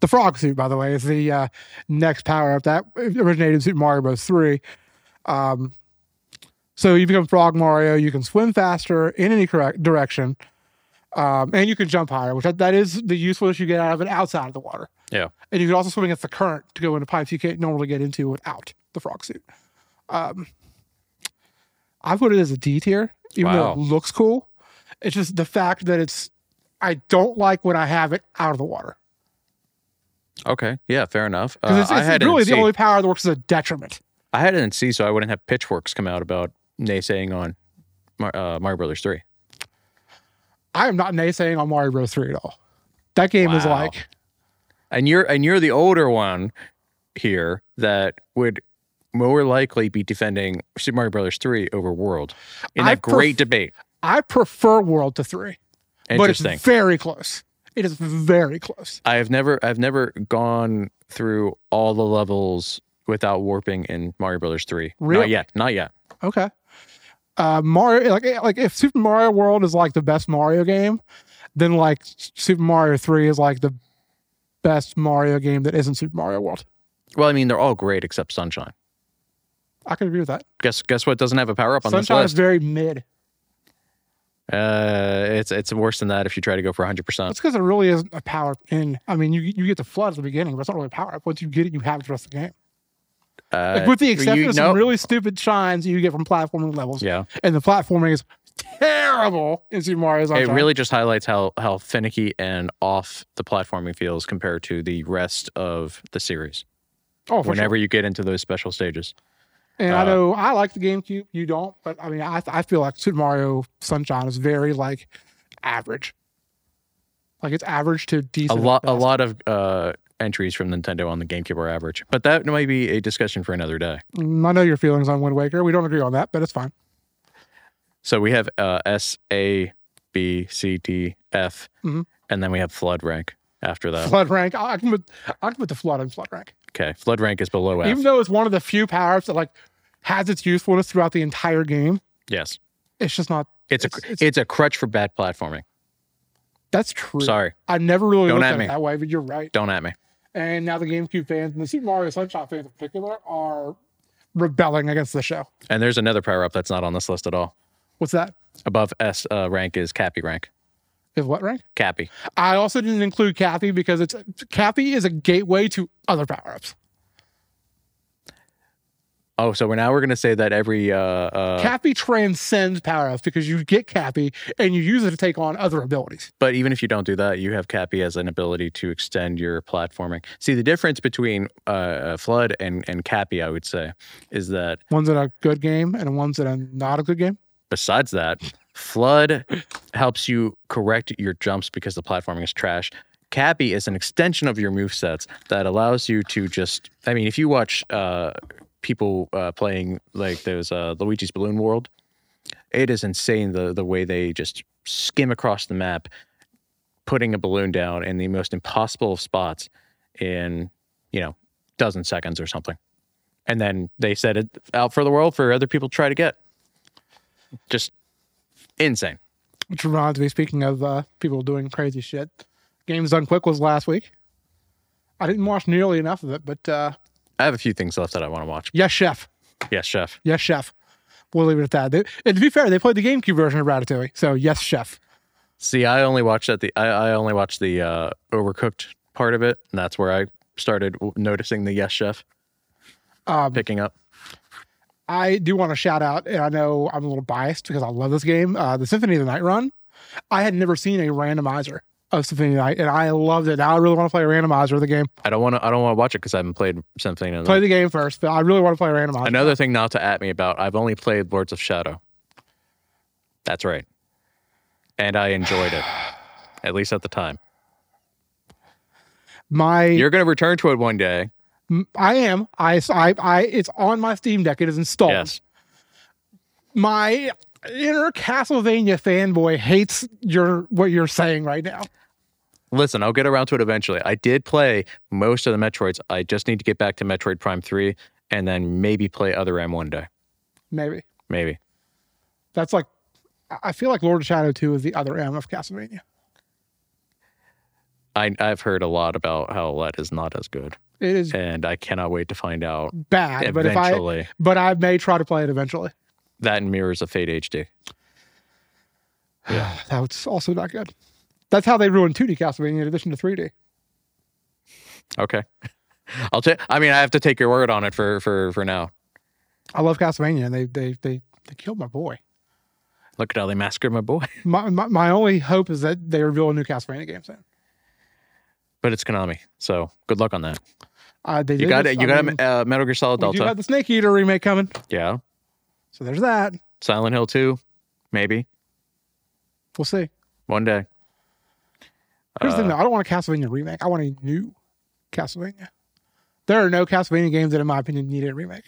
The frog suit, by the way, is the uh, next power up that originated in Super Mario Bros. 3. Um, so you become Frog Mario. You can swim faster in any correct direction, um, and you can jump higher, which that- that is the usefulness you get out of it outside of the water. Yeah. And you can also swim against the current to go into pipes you can't normally get into without the frog suit. Um, I put it as a D tier, even Wow. though it looks cool. It's just the fact that it's. I don't like when I have it out of the water Okay. Yeah, fair enough. Uh, because it's, I it's had really it in the C. only power that works as a detriment. I had it in C so I wouldn't have pitchforks come out about naysaying on Mar- uh, Mario Brothers 3. I am not naysaying on Mario Bros. 3 at all. That game is Wow. like And you're and you're the older one here that would more likely be defending Super Mario Brothers 3 over World in I that great pref- debate. I prefer World to three, but it's Interesting. very close. It is very close. I have never I've never gone through all the levels without warping in Mario Brothers 3. Really? Not yet. Not yet. eh, Okay. Uh, Mario, like, like if Super Mario World is like the best Mario game, then like Super Mario 3 is like the best Mario game that isn't Super Mario World. Well, I mean, they're all great except Sunshine. I can agree with that. Guess guess what doesn't have a power up on Sunshine this is list? very mid. Uh, it's it's worse than that if you try to go for 100. percent That's because it really isn't a power up in. I mean, you you get the flood at the beginning, but it's not really a power up. Once you get it, you have it the rest of the game. Uh, Like, with the exception of some really stupid shines you get from platforming levels. yeah. And the platforming is terrible in Super Mario It Sunshine. really just highlights how how finicky and off the platforming feels compared to the rest of the series. oh, for sure. whenever you get into those special stages, And I Uh, know I like the GameCube. You don't, but I mean, I I feel like Super Mario Sunshine is very like average. Like it's average to a decent. at lot a best. lot of uh, entries from Nintendo on the GameCube are average, but that might be a discussion for another day. Mm, I know your feelings on Wind Waker. We don't agree on that, but it's fine. So we have uh, S A B C D F, Mhm. and then we have Flood rank after that. Flood rank. I, I can put I can put the flood in flood rank, Okay, Flood rank is below F. even though it's one of the few power ups that like has its usefulness throughout the entire game. yes, It's just not. it's a It's- cr- it's- it's, a crutch for bad platforming. That's true. Sorry, I never really Don't looked at at it me. that way, but you're right. don't at me. And now the GameCube fans and the Super Mario Sunshine fans in particular are rebelling against the show. And there's another power up that's not on this list at all. What's that? Above S uh, rank is Cappy rank. Is what rank? Cappy. I also didn't include Kathy because it's Kathy is a gateway to other power ups. Oh, so we're now we're gonna say that every uh, uh, Kathy transcends power ups because you get Kathy and you use it to take on other abilities. But even if you don't do that, you have Cappy as an ability to extend your platforming. See, the difference between uh, uh, Flood and, and Cappy, I would say, is that One's in a good game and one's in a not a good game. besides that, Flood helps you correct your jumps because the platforming is trash. Cappy is an extension of your movesets that allows you to just, I mean, if you watch uh, people uh, playing like those uh, Luigi's Balloon World, it is insane the, the way they just skim across the map, putting a balloon down in the most impossible of spots in, you know, dozen seconds or something. And then they set it out for the world for other people to try to get just insane. Which reminds me, speaking of uh, people doing crazy shit, Games Done Quick was last week. I didn't watch nearly enough of it, but uh, I have a few things left that I want to watch. yes, chef. Yes, chef. Yes, chef. We'll leave it at that. They, and to be fair, they played the GameCube version of Ratatouille. So, yes, chef. See, I only watched at the I, I only watched the uh, overcooked part of it, and that's where I started w- noticing the yes chef Um, picking up. I do want to shout out, and I know I'm a little biased because I love this game, uh, the Symphony of the Night run. I had never seen a randomizer of Symphony of the Night, and I loved it. Now I really want to play a randomizer of the game. I don't want to I don't want to watch it because I haven't played something. In Play the game first, but I really want to play a randomizer. Another thing not to at me about. I've only played Lords of Shadow. That's right, and I enjoyed it, at least at the time. My, You're going to return to it one day. m- I am. I, I, I, it's on my Steam Deck. It is installed. Yes, My inner Castlevania fanboy hates your what you're saying right now. Listen, I'll get around to it eventually. I did play most of the Metroids. I just need to get back to Metroid Prime 3 and then maybe play Other M one day. Maybe Maybe. that's like. I- I feel like Lord of Shadow 2 is the other M of Castlevania. I, I've heard a lot about how that is not as good, It is and I cannot wait to find out bad, but if I eventually. but I may try to play it eventually. That and Mirrors of Fate HD. Yeah. that was also not good. That's how they ruined 2D Castlevania in addition to 3D. Okay. I'll take. I mean, I have to take your word on it for for for now. I love Castlevania, and they they they they killed my boy. Look at how they massacred my boy. My my, my only hope is that they reveal a new Castlevania game soon. But it's Konami, so good luck on that. Uh, they You did got this- it. You I got mean, uh, Metal Gear Solid we do Delta. have the Snake Eater remake coming, Yeah. so there's that. Silent Hill 2, maybe We'll see. one day. Here's the Uh, thing: though, I don't want a Castlevania remake. I want a new Castlevania. There are no Castlevania games that, in my opinion, need a remake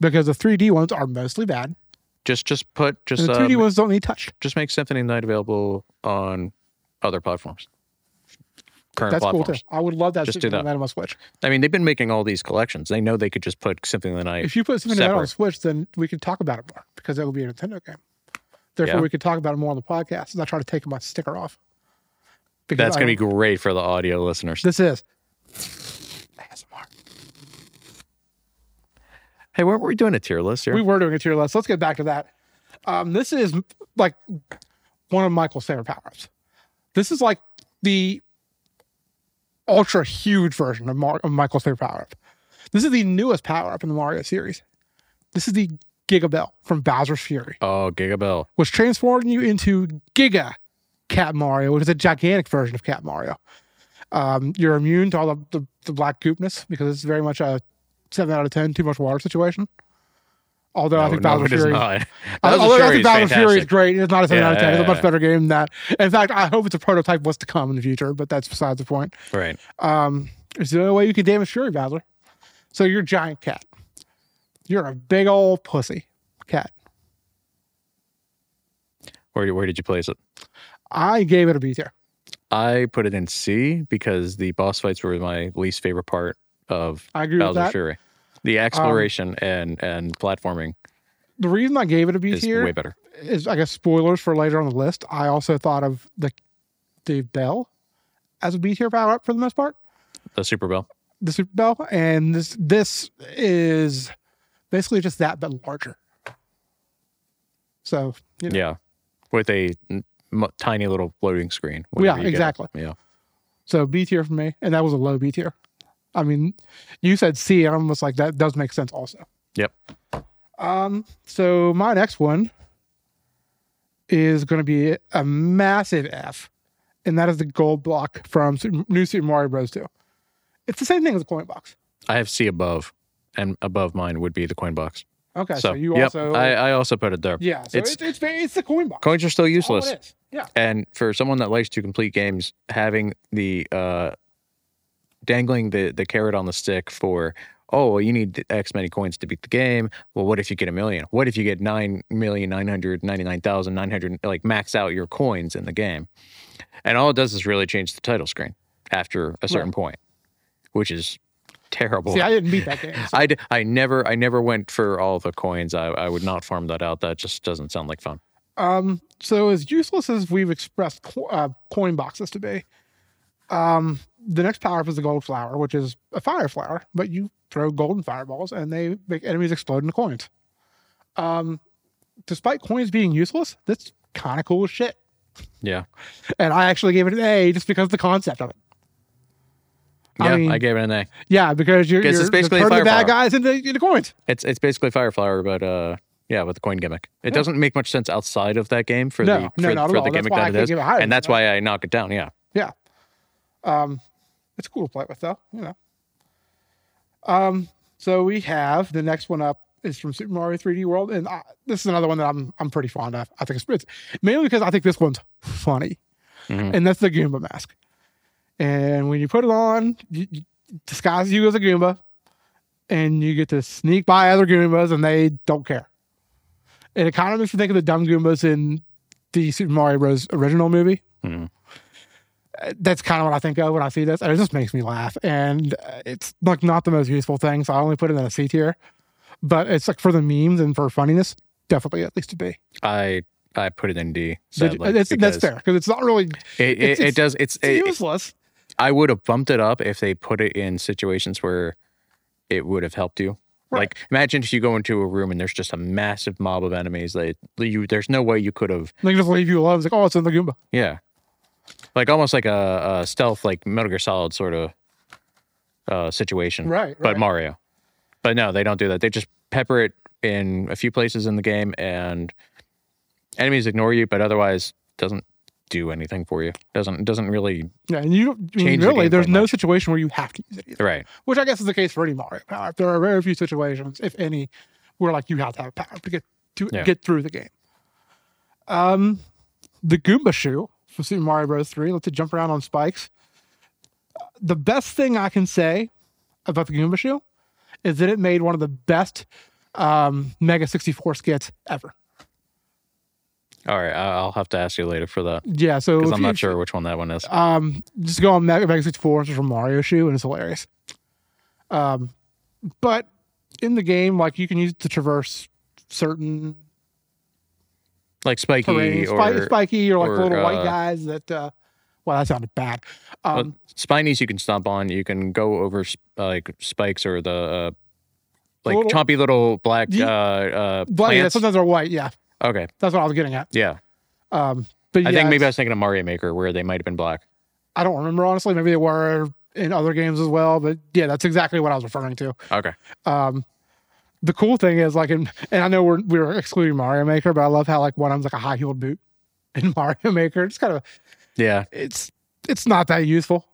because the 3D ones are mostly bad, just just put and just the uh, 2D ones don't need touched. just make Symphony of the Night available on other platforms. Current That's cool platforms. too. I would love that. Just Symphony do of the Night on my Switch. I mean, they've been making all these collections. They know they could just put Symphony of the Night. if you put something like that on separate. Switch, then we could talk about it more because that would be a Nintendo game. Therefore, Yeah. we could talk about it more on the podcast. As I try to take my sticker off, Because That's I going to be don't- great for the audio listeners. This is. Hey, weren't we doing a tier list here? We were doing a tier list. Let's get back to that. Um, this is like one of Michael's favorite power ups. This is like the ultra huge version of, Mar- of Michael's favorite power up. This is the newest power up in the Mario series. This is the Gigabell from Bowser's Fury, oh, Gigabell. which transformed you into Giga Cat Mario, which is a gigantic version of Cat Mario. Um, you're immune to all the, the, the black goopness because it's very much a 7 out of 10 too much water situation. Although I No, think no, Bowser's it is Fury not. Bowser's Although I Fury think is Battle Fury is fantastic. great. It's not a 7 out of 10. It's a Yeah. much better game than that. In fact, I hope it's a prototype what's to come in the future, but that's besides the point. Right. Um, it's the only way you can damage Fury Bowser. So you're a giant cat. You're a big old pussy cat. Where, where did you place it? I gave it a B tier. I put it in C because the boss fights were my least favorite part of I agree with Bowser's that. Um, Fury. The exploration and and platforming The reason I gave it a B is tier way better. is I guess spoilers for later on the list. I also thought of the the bell as a B tier power up for the most part. The Super Bell. the Super Bowl, and this this is basically just that but larger. So you know, Yeah. With a n- m- tiny little loading screen. yeah, whenever you get it. exactly. Yeah. So B tier for me, and that was a low B tier. I mean, you said C, and I'm almost like that does make sense also. Yep. Um. So my next one is going to be a massive F, and that is the gold block from Super- New Super Mario Bros. Two. It's the same thing as a coin box. I have C above, and above mine would be the coin box. Okay, so, so you yep, also I, I also put it there. yeah, so it's- it's it's very- it's the coin box. Coins are still That's all it useless. is. Yeah. And for someone that likes to complete games, having the uh, dangling the the carrot on the stick for oh well, you need X many coins to beat the game. Well, what if you get a million? What if you get nine million nine hundred ninety nine thousand nine hundred like max out your coins in the game? And all it does is really change the title screen after a certain point, which is terrible. See, I didn't beat that game. so- I, d- I never I never went for all the coins. I, I would not farm that out. That just doesn't sound like fun. um, so as useless as we've expressed co- uh, coin boxes to be, um, the next power up is the gold flower, which is a fire flower, but you throw golden fireballs and they make enemies explode into coins. Um, despite coins being useless, that's kind of cool as shit. Yeah. And I actually gave it an A just because of the concept of it. I Yeah, I, mean- gave it an A. Yeah, because you're, Guess it's you're, you're basically a turning the bad firepower. guys into, into coins. It's it's basically Fireflower, but uh yeah, with the coin gimmick. It Yeah. doesn't make much sense outside of that game for No, the no, for, not at for all. the That's gimmick why I that it can't is. give it higher than and that's that. why I knock it down, yeah. Um, it's cool to play with though, you know. Um, so we have the next one up is from Super Mario 3D World, and I, this is another one that I'm I'm pretty fond of. I think it's, it's mainly because I think this one's funny, Mhm. and that's the Goomba mask. And when you put it on, you, you disguise you as a Goomba, and you get to sneak by other Goombas, and they don't care. And it kind of makes me think of the dumb Goombas in the Super Mario Bros. original movie that's kind of what I think of when I see this, and it just makes me laugh. And uh, it's like not the most useful thing, so I only put it in a C tier. But it's like for the memes and for funniness, definitely at least a B. I I put it in D. Did- Sadly, that's, that's because fair because it's not really It's- It, it, it's- it does it's, it's it, useless. I would have bumped it up if they put it in situations where it would have helped you. Right. Like imagine if you go into a room and there's just a massive mob of enemies that you there's no way you could have They can just leave you alone. It's like, oh, it's in the Goomba. yeah. Like almost like a, a stealth like Metal Gear Solid sort of uh situation. Right, But right. Mario. But no, they don't do that. They just pepper it in a few places in the game and enemies ignore you, but otherwise doesn't do anything for you. Doesn't doesn't really Yeah, and you don't I mean, Change the really. game there's pretty no much. situation where you have to use it either, right. which I guess is the case for any Mario power. There are very few situations, if any, where like you have to have a power to get to Yeah. get through the game. Um, the Goomba shoe from Super Mario Bros. Three lets it jump around on spikes. The best thing I can say about the Goomba shoe is that it made one of the best um, Mega 64 skits ever. All right, I- I'll have to ask you later for that. Yeah, so Because if I'm you- not sure which one that one is. Um, just go on Mega Mega 64 and search for Mario shoe, and it's hilarious. Um, but in the game, like you can use it to traverse certain Like spiky terrain, or spiky, spiky or like or, little white uh, guys that uh, Well, that sounded bad. Um, Spinies you can stomp on. You can go over s- uh, like spikes or the uh, like Little- chompy little black Ye- uh, uh, but yeah, plants. sometimes they're white. Yeah, okay, that's what I was getting at. yeah. Um, but yeah, I think maybe I it's- was thinking of Mario Maker where they might have been black. I don't remember honestly. Maybe they were in other games as well. But yeah, that's exactly what I was referring to. Okay, um the cool thing is like in, and i know we're we're excluding mario maker but i love how like one of them's like a high heeled boot in mario maker it's kind of yeah. it's it's not that useful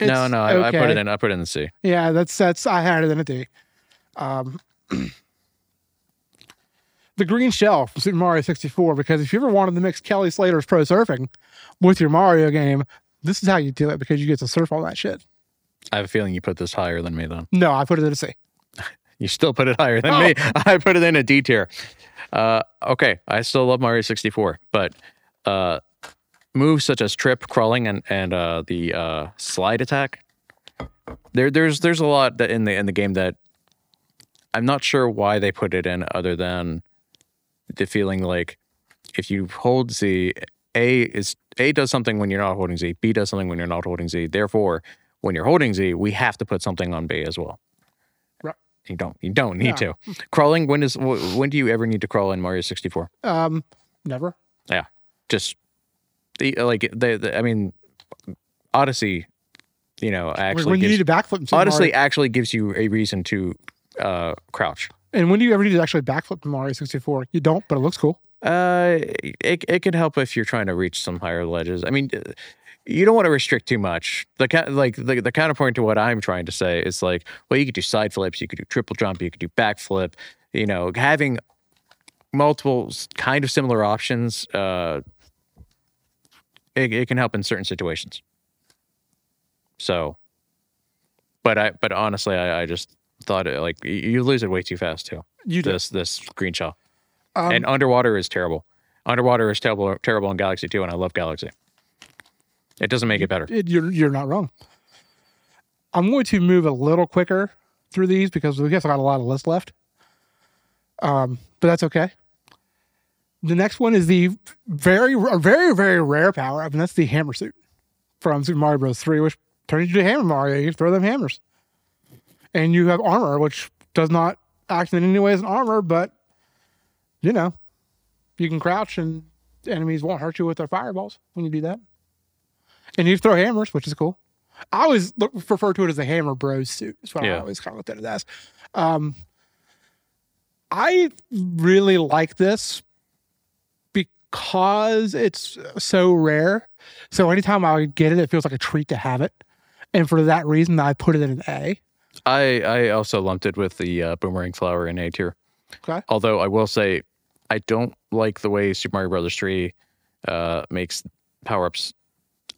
no, It's no. I, I put it okay. in. I put it in the C. yeah that's that's i had it in a d um the green shell from super mario 64 because if you ever wanted to mix kelly slater's pro surfing with your mario game this is how you do it because you get to surf all that shit I have a feeling you put this higher than me. Then no i put it in a c you still put it higher than me. I put it in a D tier. Uh, okay, I still love Mario 64, but uh, moves such as trip, crawling, and and uh, the uh, slide attack. There, there's there's a lot that in the in the game that I'm not sure why they put it in, other than the feeling like if you hold Z, A is A does something when you're not holding Z, B does something when you're not holding Z. Therefore, when you're holding Z, we have to put something on B as well. Right. You don't. You don't need Yeah. to. Crawling. When does? wh- When do you ever need to crawl in Mario 64? um never just the like the, the I mean Odyssey, you know, actually when you gives, need to backflip in Super Mario- Odyssey actually gives you a reason to uh crouch. And when do you ever need to actually backflip from Mario 64? You don't, but it looks cool. Uh it it can help if you're trying to reach some higher ledges. I mean uh, you don't want to restrict too much. The ca- like the, the counterpoint to what I'm trying to say is like, well, you could do side flips, you could do triple jump, you could do backflip. You know, having multiple s- kind of similar options, uh, it, it can help in certain situations. So, but I but honestly, I, I just thought it like y- you lose it way too fast too. You do. This this green shell Um, and underwater is terrible. Underwater is terrible terrible in Galaxy Two, and I love Galaxy. It doesn't make it better. it- you're, you're not wrong. I'm going to move a little quicker through these because we guess I got a lot of list left. Um, but that's okay. The next one is the very, a very, very rare power up, and that's the hammer suit from Super Mario Bros. 3, which turns you to Hammer Mario. You can throw them hammers. And you have armor, which does not act in any way as an armor, but you know, you can crouch and enemies won't hurt you with their fireballs when you do that. And you throw hammers, which is cool. I always look, refer to it as the hammer bros suit. That's what I Yeah. always kind of looked at it as. Um, I really like this because it's so rare. So anytime I would get it, it feels like a treat to have it. And for that reason, I put it in an A. I I also lumped it with the uh, boomerang flower in A tier. Okay. Although I will say, I don't like the way Super Mario Brothers three uh, makes power ups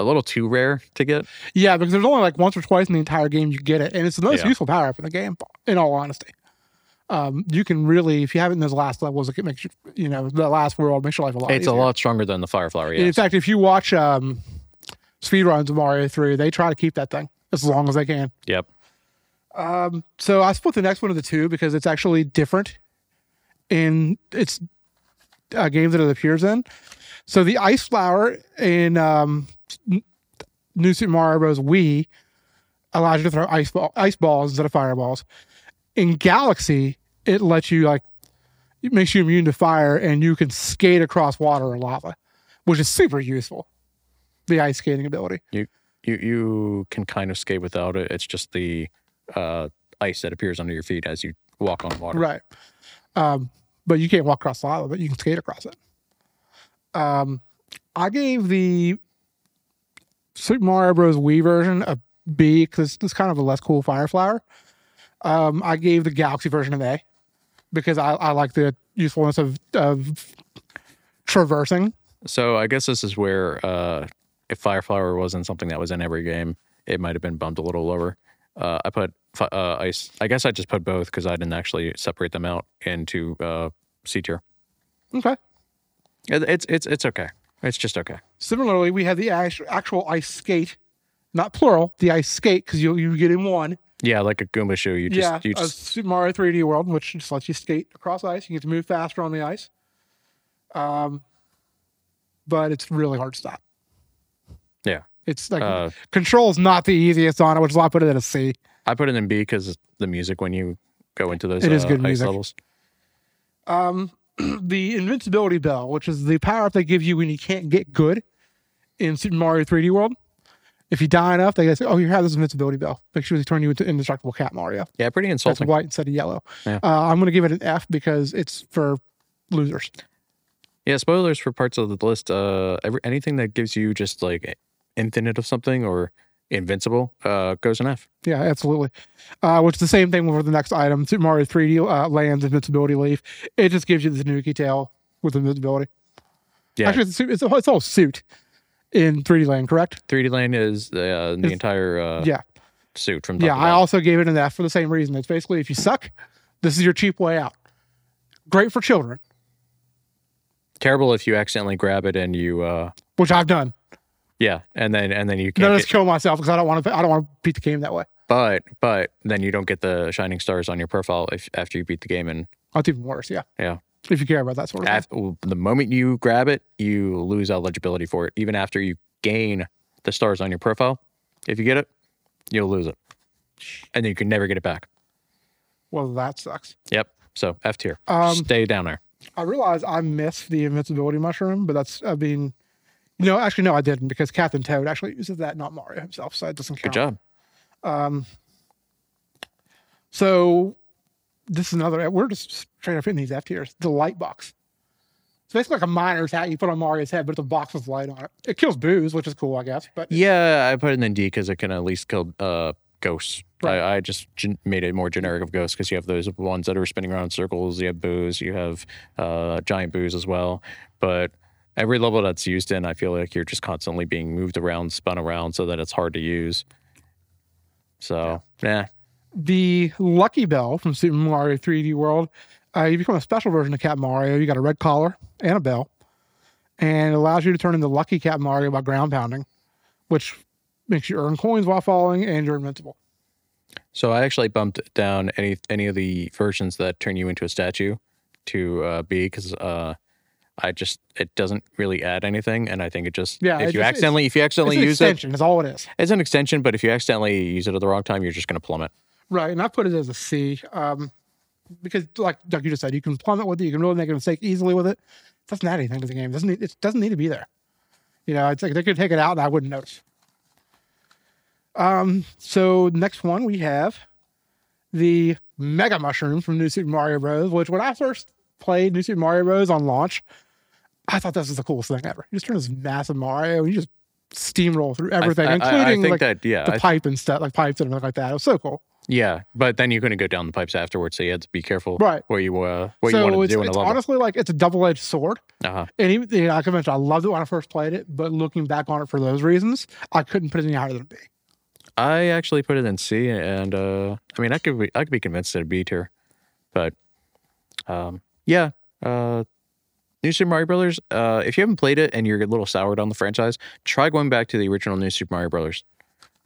a little too rare to get. Yeah, because there's only like once or twice in the entire game you get it, and it's the most Yeah. useful power up in the game. In all honesty, um, you can really, if you have it in those last levels, it makes you, you know, the last world makes your life a lot. it's a easier. lot stronger than the fire flower. And In Yes. fact, if you watch um, speedruns of Mario three, they try to keep that thing as long as they can. Yep. Um, so I split the next one of the two because it's actually different in its uh, game that it appears in. So the ice flower in um, N- New Super Mario Bros. Wii allows you to throw ice ball, ice balls instead of fireballs. In Galaxy, it lets you like it makes you immune to fire and you can skate across water or lava, which is super useful. The ice skating ability. You you can kind of skate without it. It's just the uh, ice that appears under your feet as you walk on water. Right. Um, but you can't walk across lava, but you can skate across it. Um, I gave the Super Mario Bros. Wii version a B because it's kind of a less cool fire flower. Um, I gave the Galaxy version an A because I, I like the usefulness of, of traversing. So I guess this is where uh, if fire flower wasn't something that was in every game, it might have been bumped a little lower. Uh, I put fi- uh, ice. I guess I just put both because I didn't actually separate them out into uh, C tier. Okay. It, it's it's it's okay. It's just okay. Similarly, we have the act- actual ice skate, not plural, the ice skate because you, you get in one. Yeah, like a Goomba shoe. You just yeah, you a just Super Mario 3D World, which just lets you skate across ice. You get to move faster on the ice. Um, but it's really hard to stop. Yeah. It's like Uh, control's not the easiest on it, which is why I put it at a C. I put it in B because the music when you go into those It is uh, good ice music. levels. Um, the invincibility bell, which is the power up they give you when you can't get good in Super Mario 3D World. If you die enough, they say, "Oh, you have this invincibility bell. Make sure they turn you into indestructible cat Mario." Yeah, pretty That's insulting. white instead of yellow. Yeah. Uh, I'm going to give it an F because it's for losers. Yeah, spoilers for parts of the list. Uh, every, anything that gives you just like infinite of something or invincible uh, goes an F. Yeah, absolutely. Uh, which is the same thing for the next item. Super Mario 3D uh, lands invincibility leaf. It just gives you the Tanuki tail with invincibility. Yeah. Actually, it's, a suit- it's, a, it's all suit in 3D land, correct? 3D Lane is uh, the It's- entire uh, yeah. suit from top Yeah, to I bottom. also gave it an F for the same reason. It's basically if you suck, this is your cheap way out. Great for children, terrible if you accidentally grab it and you uh, which I've done. yeah, and then and then you No, can't. just Get, kill myself because I don't want to. I don't want to beat the game that way. but but then you don't get the shining stars on your profile if after you beat the game and That's even worse. Yeah. Yeah. If you care about that sort of thing. af- the moment you grab it, you lose eligibility for it. Even after you gain the stars on your profile, if you get it, you'll lose it, and then you can never get it back. Well, that sucks. Yep. So F tier. Um, Stay down there. I realize I missed the invincibility mushroom, but that's I mean, no, actually no, I didn't because Captain Toad actually uses that, not Mario himself, so it doesn't count. Good job. So this is another. We're just straight up in these F tiers. The light box. It's basically like a miner's hat you put on Mario's head, but it's a box with light on it. It kills booze, which is cool, I guess. But Yeah, I put it in D because it can at least kill uh, ghosts. Right. I, I just gen- made it more generic of ghosts because you have those ones that are spinning around in circles. You have boos. You have uh, giant boos as well. But every level that's used in, I feel like you're just constantly being moved around, spun around, so that it's hard to use. So yeah, the Lucky Bell from Super Mario 3D World, uh, you become a special version of Cat Mario. You got a red collar and a bell, and it allows you to turn into Lucky Cat Mario by ground pounding, which makes you earn coins while falling, and you're invincible. So I actually bumped down any any of the versions that turn you into a statue to uh, B because uh, I just it doesn't really add anything, and I think it just Yeah, if it you just- accidentally if you It's accidentally an use extension. Is all it is. it, it's an extension. But if you accidentally use it at the wrong time, you're just gonna plummet. Right, and I put it as a C um, because, like, like you just said, you can plummet with it. You can really make a mistake easily with it. It doesn't add anything to the game. It doesn't need, it doesn't need to be there. You know, it's like they could take it out and I wouldn't notice. Um, so next one we have the Mega Mushroom from New Super Mario Bros. Which when I first played New Super Mario Bros. on launch, I thought this was the coolest thing ever. You just turn this massive Mario and you just steamroll through I- everything, I, I- including I, think like that yeah the I- pipe and stuff, like pipes and everything like that. It was so cool. yeah. But then you couldn't go down the pipes afterwards, so you had to be careful Right. what you uh, what you so wanted to it's, do in a it's level. honestly like it's a double-edged sword. uh-huh. And even you know, like I mentioned, I loved it when I first played it, but looking back on it for those reasons, I couldn't put it any higher than a B. I actually put it in C, and uh, I mean, I could be, I could be convinced it'd be tier, but um, yeah, uh, New Super Mario Brothers. Uh, if you haven't played it and you're a little soured on the franchise, try going back to the original New Super Mario Brothers.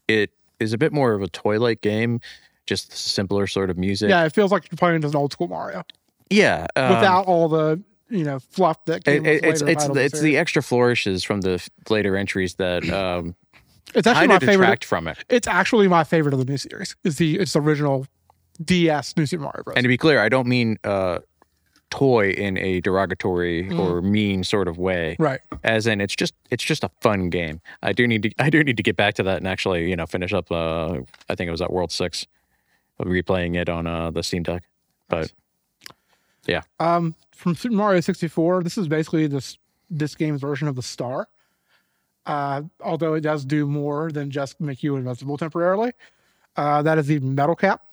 It is a bit more of a toy-like game, just simpler sort of music. Yeah, it feels like you're playing as an old school Mario yeah. um, without all the you know fluff that came with it- it- it's later it's titles the, in it's the series. extra flourishes from the f- later entries that um, it's actually kind my of favorite. detract from it. It's actually my favorite of the new series. Is the it's the original DS New Super Mario Bros. And to be clear, I don't mean uh, toy in a derogatory or mean sort of way. right. As in, it's just it's just a fun game. I do need to I do need to get back to that and actually you know finish up. Uh, I think it was at World Six, replaying it on uh, the Steam Deck. But Um, from Super Mario 64, this is basically this this game's version of the star. Uh, although it does do more than just make you invincible temporarily. Uh, that is the metal cap,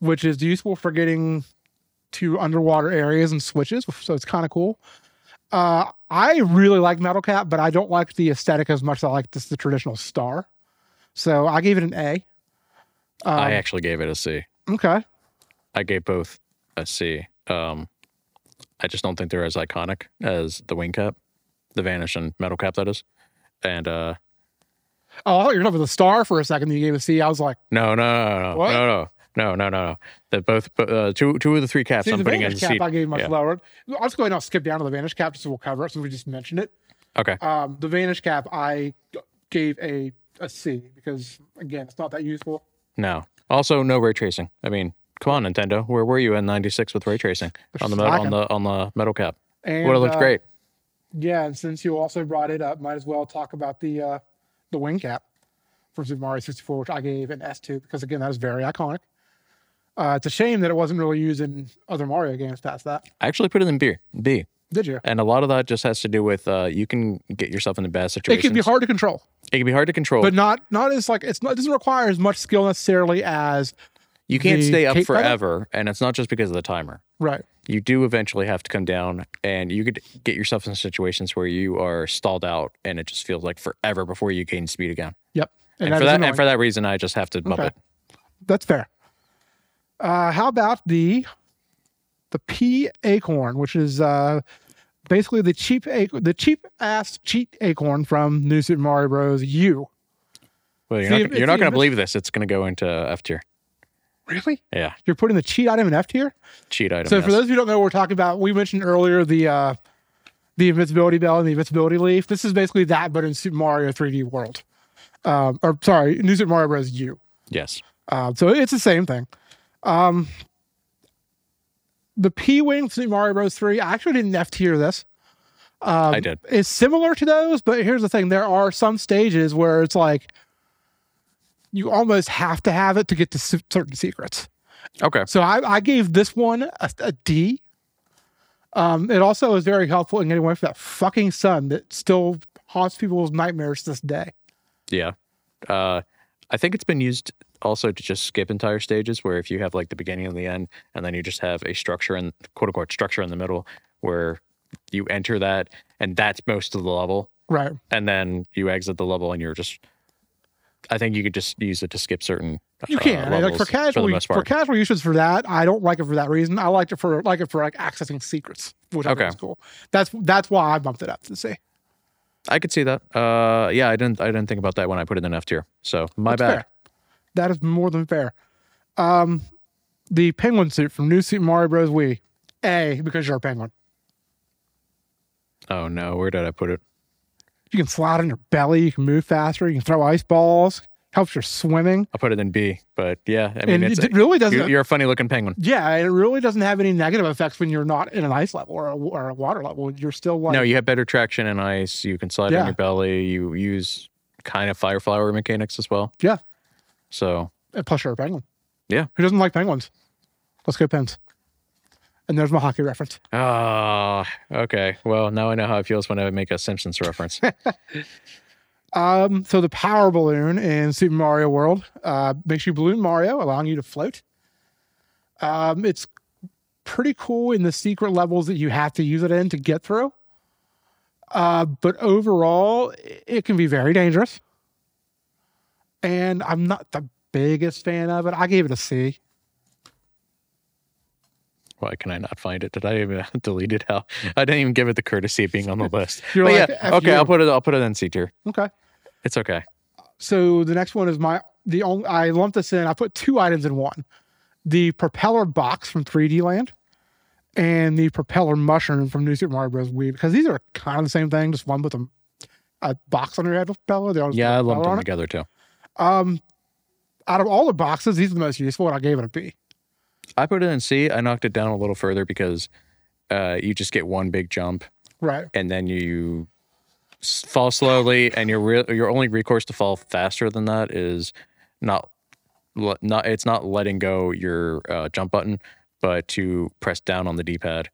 which is useful for getting to underwater areas and switches, so it's kind of cool. Uh, I really like metal cap, but I don't like the aesthetic as much as I like this the traditional star. So I gave it an A. Um, I actually gave it a C. okay. I gave both a C. Um, I just don't think they're as iconic as the wing cap, the vanish and metal cap that is. And uh, Oh, I thought you were talking about the star for a second. That you gave a C. I was like, No, no, no, no, What? no, no, no, no, no, no. The both uh, two two of the three caps See, I'm the putting in Vanish the cap seat. I gave much Yeah. lower. I'll just go ahead and I'll skip down to the Vanish cap just so we'll cover it since we just mentioned it. Okay, Um, the Vanish cap I gave a a C because again, it's not that useful. No. Also, no ray tracing. I mean, come on, Nintendo. Where were you in '96 with ray tracing They're on the metal, on slacking. the on the metal cap? And, Would have looked uh, great. Yeah, and since you also brought it up, might as well talk about the uh, the wing cap from Super Mario 64, which I gave an S to because again, that is very iconic. Uh, it's a shame that it wasn't really used in other Mario games past that. I actually put it in B. B. Did you? And a lot of that just has to do with uh, you can get yourself into bad It situations. can be hard to control, It can be hard to control. but not not as like it's not it doesn't require as much skill necessarily as you can't the stay up cake cutter? forever, and it's not just because of the timer. right. You do eventually have to come down, and you could get yourself in situations where you are stalled out, and it just feels like forever before you gain speed again. Yep. And, that for is that, annoying. and for that reason, I just have to bump Okay. it. That's fair. Uh, how about the the P acorn, which is uh, basically the cheap ac- the cheap ass cheat acorn from New Super Mario Bros. U. Well, you're See, not, if- if you're not you going to miss- believe this. It's going to go into F tier. Really? Yeah, You're putting the cheat item in F tier. cheat item. So for yes. those of you who don't know, what we're talking about. We mentioned earlier the uh, the invincibility bell and the invincibility leaf. This is basically that, but in Super Mario 3D World, um, or sorry, New Super Mario Bros. U. yes, Uh, so it's the same thing. Um, the P Wing Super Mario Bros. 3, I actually didn't F tier this. Um, I did. It's similar to those, but here's the thing there are some stages where it's like you almost have to have it to get to s- certain secrets. Okay. So I, I gave this one a, a D. Um, it also is very helpful in getting away from that fucking sun that still haunts people's nightmares to this day. Yeah. Uh, I think it's been used also to just skip entire stages where if you have like the beginning and the end, and then you just have a structure and quote unquote structure in the middle where you enter that and that's most of the level. Right. And then you exit the level and you're just, I think you could just use it to skip certain. You uh, can like levels for for casual the u- most for part. casual usage for that. I don't like it for that reason. I liked it for like it for like accessing secrets, which I Okay. think is cool. That's that's why I bumped it up to C. I could see that. Uh, yeah, I didn't. I didn't think about that when I put it in F tier. So my That's bad. fair. That is more than fair. Um, the penguin suit from New Super Mario Bros. Wii, A because you're a penguin. Oh no, where did I put it? You can slide on your belly. You can move faster. You can throw ice balls. Helps your swimming. I put it in B. But yeah, I mean, and it's it really doesn't. you're, you're a funny looking penguin. yeah, it really doesn't have any negative effects when you're not in an ice level or a, or a water level. You're still like no, you have better traction in ice. You can slide Yeah. on your belly. You use kind of fire flower mechanics as well. Yeah. So And plus, you're a penguin. Yeah. Who doesn't like penguins? Let's go pens. And there's my hockey reference. ah, okay. Well, now I know how it feels when I make a Simpsons reference. Um, so the power balloon in Super Mario World uh, makes you balloon Mario, allowing you to float. Um, it's pretty cool in the secret levels that you have to use it in to get through. Uh, but overall, i- it can be very dangerous. And I'm not the biggest fan of it. I gave it a C. Why can I not find it? Did I even delete it out? I didn't even give it the courtesy of being on the list. You're But like, Oh, yeah, "F okay, you." I'll put it. I'll put it in C tier. Okay. It's okay. So the next one is my the only I lumped this in. I put two items in one: the propeller box from 3D Land and the propeller mushroom from New Super Mario Bros. Wii, because these are kind of the same thing, just one with a, a box on your head with propeller. The other Yeah, I with lumped propeller them on it. together too. Um, out of all the boxes, these are the most useful, and I gave it a B. I put it in C. I knocked it down a little further because uh, you just get one big jump Right. and then you s- fall slowly and your real your only recourse to fall faster than that is not le- not it's not letting go your uh, jump button but to press down on the d-pad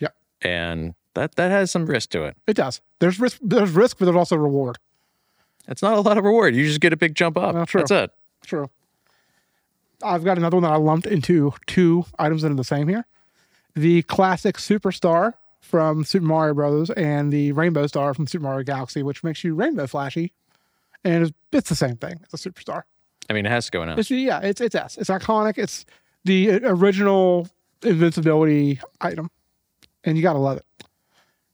Yep. and that that has some risk to it It does. There's risk. There's risk, but there's also reward. it's not a lot of reward you just get a big jump up Well, true. that's it True. I've got another one that I lumped into two items that are the same here. The classic Superstar from Super Mario Brothers and the Rainbow Star from Super Mario Galaxy, which makes you rainbow flashy. And it's, it's the same thing. It's a superstar. i mean it has to go in S. It's yeah, it's it's S. It's iconic. It's the original invincibility item. And you gotta love it.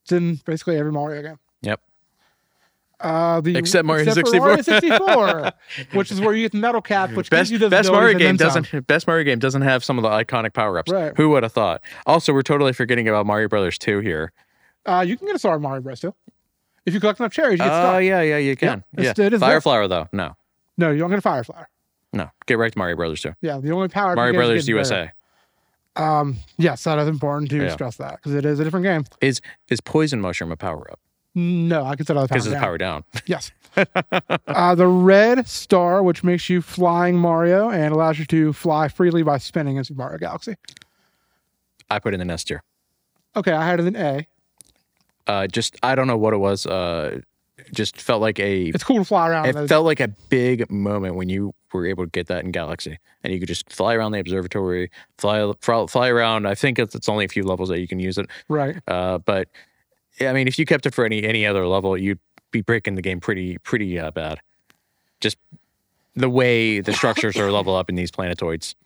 It's in basically every Mario game. yep Uh, the, Except Mario for 64. Mario 64, which is where you get the metal cap, which gives best, you the best Mario abilities game and then some. doesn't best Mario game doesn't have some of the iconic power-ups Right. who would have thought also we're totally forgetting about Mario Brothers 2 here Uh, you can get a Star Mario Bros. too. If you collect enough cherries, you get Oh stuff. yeah, yeah, you can. it's- yeah. it is Fire there. flower though. No, No, you don't get a fire flower. no. Get right to Mario Brothers too. Yeah, the only power. Mario game is Brothers getting USA. better. Um, yes, that is important to Yeah. stress that because it is a different game. Is is poison mushroom a power up? No, I consider that a power. Because it's down. power down. Yes. uh, the red star, which makes you flying Mario and allows you to fly freely by spinning in Super Mario Galaxy. I put in the nest tier. Okay, I had it in A. Uh, just I don't know what it was. Uh, just felt like a. It's cool to fly around. in It those- felt like a big moment when you were able to get that in Galaxy, and you could just fly around the observatory, fly fly, fly around. I think it's, it's only a few levels that you can use it. right. Uh, but yeah, I mean, if you kept it for any any other level, you'd be breaking the game pretty pretty uh, bad. Just the way the structures are level up in these planetoids,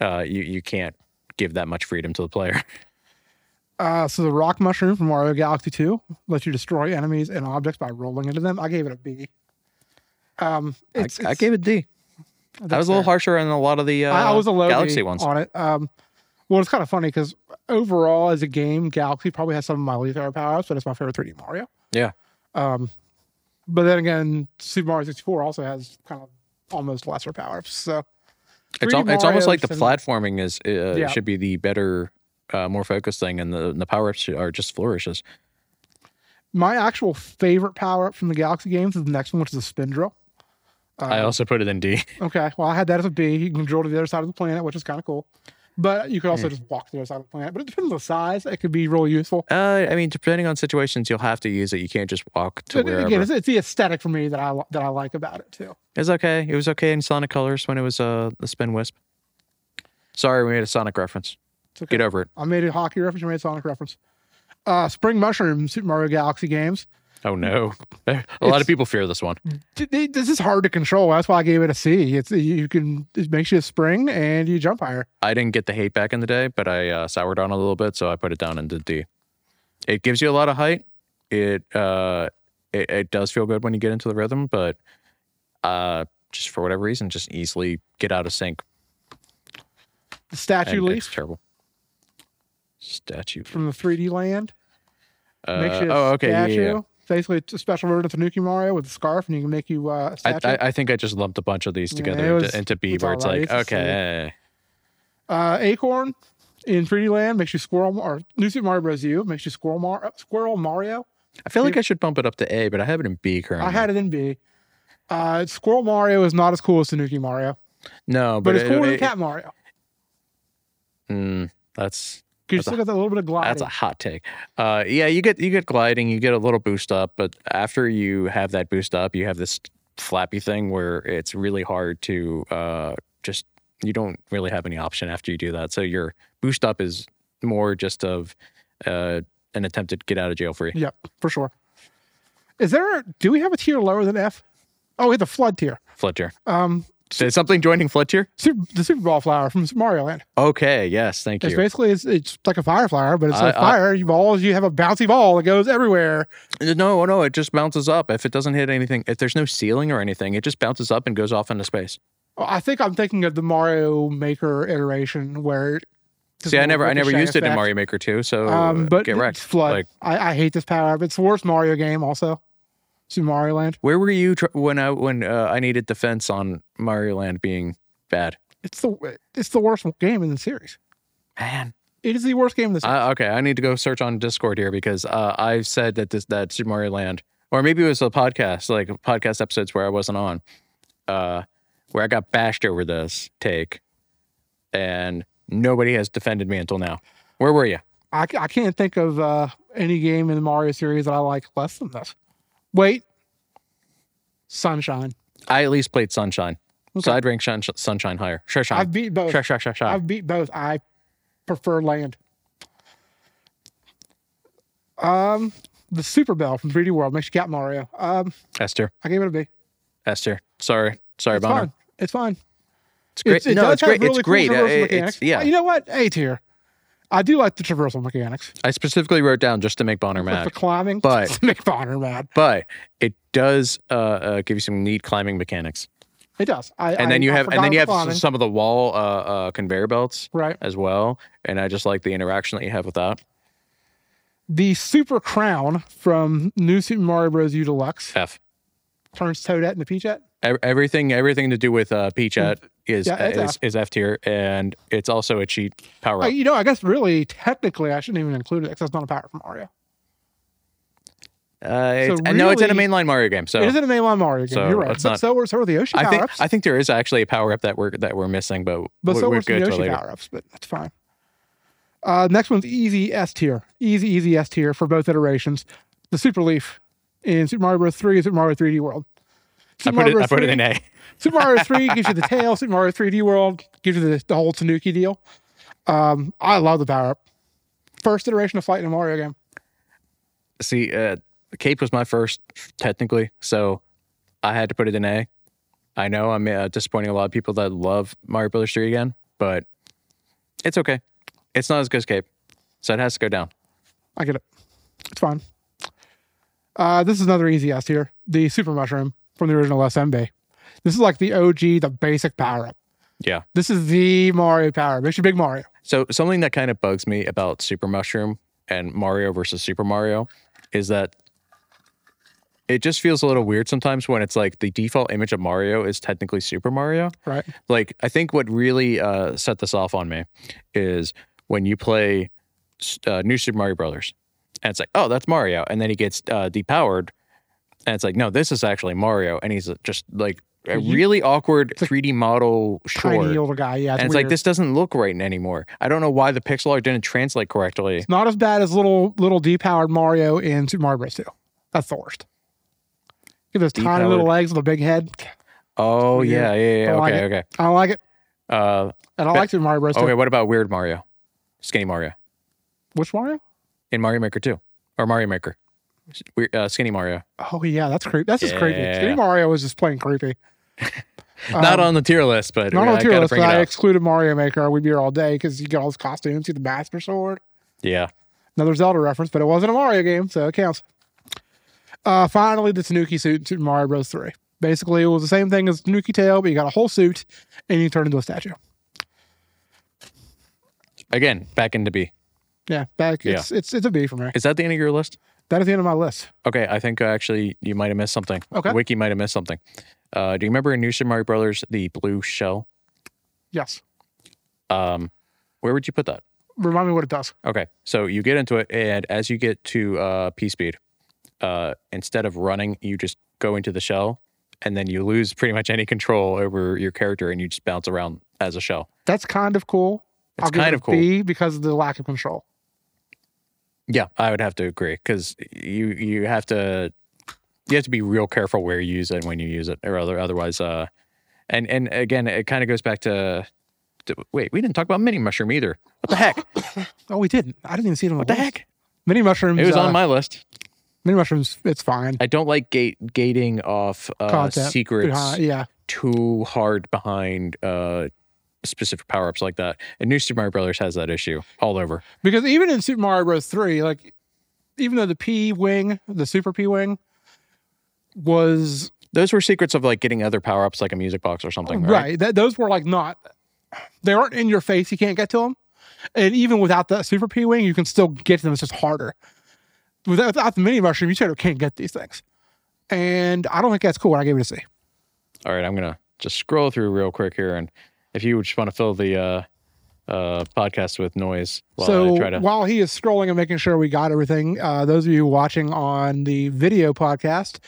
uh, you you can't give that much freedom to the player. Uh, so the rock mushroom from Mario Galaxy 2 lets you destroy enemies and objects by rolling into them. I gave it a B. Um, I, it's, I it's- gave it D. that's I was a little fair. harsher on a lot of the uh, I, I was a low Galaxy B ones. on it. Um, well, it's kind of funny because overall, as a game, Galaxy probably has some of my least favorite powers, but it's my favorite 3D Mario. Yeah. Um, but then again, Super Mario 64 also has kind of almost lesser powers. So It's, 3D al- it's almost like the Marios and- platforming is uh, Yeah. should be the better, uh, more focused thing, and the, the power ups are just flourishes. my actual favorite power up from the Galaxy games is the next one, which is the spin drill. I Um, also put it in D. Okay. Well, I had that as a B. You can drill to the other side of the planet, which is kind of cool. But you could Hmm. also just walk to the other side of the planet. But it depends on the size. It could be really useful. Uh, I mean, depending on situations, you'll have to use it. You can't just walk to But wherever. again, it's, it's the aesthetic for me that I li- that I like about it too. It's okay. It was okay in Sonic Colors when it was uh the Spin Wisp. Sorry, we made a Sonic reference. It's okay. Get over it. I made a hockey reference. I made a Sonic reference. Uh, Spring Mushroom, Super Mario Galaxy games. Oh no, a lot It's- of people fear this one. D- they- This is hard to control. That's why I gave it a C. It's you can it makes you a spring and you jump higher. I didn't get the hate back in the day, but I uh, soured on it a little bit, so I put it down into D. It gives you a lot of height. It uh, it, it does feel good when you get into the rhythm, but uh, just for whatever reason, just easily get out of sync. The statue and leaf It's terrible. Statue. from the 3D land Uh, makes you a oh, okay. Yeah, statue. yeah, yeah. Basically, it's a special version of Tanuki Mario with a scarf, and you can make you uh, a I, statue. I, I think I just lumped a bunch of these Yeah, together it was- into, into B, it's where it's alright, like, it's the same. okay, Uh, Acorn in 3D Land makes you Squirrel or New Super Mario Bros. U makes you Squirrel, Mar- Squirrel Mario. I feel like I should bump it up to A, but I have it in B currently. I had it in B. Uh, Squirrel Mario is not as cool as Tanuki Mario, but, no, Oh, but, it's it- cooler than it- Cat Mario mm, that's because you that's a- still got that little bit of gliding. that's a hot take. Uh, yeah, you get you get gliding, you get a little boost up, but after you have that boost up, you have this flappy thing where it's really hard to uh, just you don't really have any option after you do that. So your boost up is more just of uh, an attempted get out of jail free. yep, for sure. Is there? A, do we have a tier lower than F? Oh, we have the flood tier. Fletcher, Um, is something joining Fletcher? super, the Super Ball flower from Super Mario Land. Okay, yes, thank It's you. basically it's, it's like a fire flower, but it's I- a I- fire. you balls. You have a bouncy ball that goes everywhere. No, no, it just bounces up. If it doesn't hit anything, if there's no ceiling or anything, it just bounces up and goes off into space. I think I'm thinking of the Mario Maker iteration where. See, I never, I never used it in Mario. Mario Maker 2, so Um, but get wrecked. it's flood. Like, I, I hate this power up. It's the worst Mario game. Also, Super Mario Land. where were you tr- when I when uh, I needed defense on Mario Land being bad? It's the it's the worst game in the series. Man, It is the worst game in the series. I, okay, I need to go search on Discord here because uh, I said that this that Super Mario Land, or maybe it was a podcast, like podcast episodes where I wasn't on, uh, where I got bashed over this take, and nobody has defended me until now. Where were you? I, ca- I can't think of uh, any game in the Mario series that I like less than this. Wait, Sunshine. I at least played Sunshine. Okay. So I'd rank Shun- Sunshine higher. Sure, sure. I've beat both. Sure, sure, sure, sure. I've beat both. I prefer Land. Um, the Super Bell from 3D World makes you cat Mario. Um, Esther. I gave it a B. Esther. Sorry. Sorry, it's Bonner. fine. It's fine. It's great. It's- it no, does it's have great. really cool it's great. Uh, traversal it- mechanics. it's, yeah. You know what? A tier. I do like the traversal mechanics. I specifically wrote down just to make Bonner Like the mad. climbing. But- to make Bonner mad. But it does uh, uh, give you some neat climbing mechanics, It does. I, and I- then you I have and forgot then you have about climbing. some of the wall uh, uh, conveyor belts right. as well. And I just like the interaction that you have with that. The Super Crown from New Super Mario Bros. U Deluxe F. turns Toadette into Peachette. Ev- Everything, everything to do with uh, Peach at is Mm. uh, Yeah, it's is, is F tier, and it's also a cheat power Uh, up. you know, I guess really technically I shouldn't even include it because it's not a power from Mario. Uh, it's- and no, it's in a really- mainline Mario game. So it isn't a mainline Mario game. so You're right. let's But not- so were so were the Yoshi I power think ups. I think there is actually a power up that we're that we're missing, but, But we're, so we're were some good till Yoshi later. power ups, but that's fine. Uh, next one's easy S tier. Easy, easy S tier for both iterations. The Super Leaf in Super Mario Bros. 3 and Super Mario 3D World. I Super put it. Mario I put it 3 in A. Super Mario 3 gives you the tail. Super Mario 3D World gives you the, the whole Tanuki deal. Um, I love the power up. First iteration of Flight in a Mario game. See, uh, Cape was my first technically, so I had to put it in A. I know I'm uh, disappointing a lot of people that love Mario Brothers 3 again, but it's okay. It's not as good as Cape, so it has to go down. I get it. It's fine. Uh, this is another easy S tier. The Super Mushroom from the original SMB. This is like the OG, the basic power up. Yeah. This is the Mario power. Makes you big Mario. So something that kind of bugs me about Super Mushroom and Mario versus Super Mario is that it just feels a little weird sometimes when it's like the default image of Mario is technically Super Mario. Right. like I think what really uh, set this off on me is when you play s- uh, New Super Mario Brothers, and it's like, oh, that's Mario, and then he gets uh, depowered, and it's like, no, this is actually Mario, and he's uh, just like a You- really awkward like 3D model Tiny short, little guy. Yeah. It's and it's weird. like this doesn't look right anymore. I don't know why the pixel art didn't translate correctly. It's not as bad as little little depowered Mario in Super Mario Bros. 2. That's the worst. Look at those tiny Depowered. little legs with a big head. Oh weird. yeah, yeah, yeah. Don't like Okay, okay. I don't like it. Uh, And I But- like Super Mario Bros. 2. okay, what about Weird Mario, Skinny Mario Which Mario? in Mario Maker Two or Mario Maker? S- Weird, uh, Skinny Mario. Oh yeah, that's creepy. That's just creepy. Yeah. Skinny Mario is just plain creepy. not Um, on the tier list, but Not I on the tier gotta list, bring but it I up. excluded Mario Maker. We'd be here all day because you get all those costumes, you get the Master Sword. Yeah, Another Zelda reference, but it wasn't a Mario game, so it counts. Uh, finally, the Tanuki suit in Super Mario Bros. 3. Basically, it was the same thing as Tanuki Tail, but you got a whole suit and you turn into a statue. again, back into B. Yeah, back Yeah. it's it's it's a B for me. Is that the end of your list? That is the end of my list. Okay, I think uh, actually you might have missed something. Okay. Wiki might have missed something. Uh, do you remember in New Super Mario Brothers the blue shell? Yes. Um, where would you put that? Remind me what it does. Okay, so you get into it, and as you get to uh, P speed, uh, instead of running, you just go into the shell, and then you lose pretty much any control over your character, and you just bounce around as a shell. That's kind of cool. It's give kind it of cool. a B because of the lack of control. Yeah, I would have to agree because you you have to you have to be real careful where you use it and when you use it, or other, otherwise, uh, and and again, it kind of goes back to, to wait, we didn't talk about mini mushroom either. What the heck? What Oh, we didn't. I didn't even see it on the list. heck? Mini mushrooms. It was uh, on my list. mini mushrooms. It's fine. I don't like gate gating off uh, Content secrets Behind- yeah, too hard behind uh, specific power ups like that. And New Super Mario Brothers has that issue all over. because even in Super Mario Bros. Three, like even though the P wing, the Super P wing, was Those were secrets of like getting other power ups like a music box or something, right. That those were like not. They aren't in your face. You can't get to them. And even without the Super P wing, you can still get to them. It's just harder. Without, without the mini mushroom, you sort of can't get these things. And I don't think that's cool. And I gave it a C. All right, I'm gonna just scroll through real quick here, and if you just want to fill the uh, uh, podcast with noise while I try so to, while he is scrolling and making sure we got everything, uh, those of you watching on the video podcast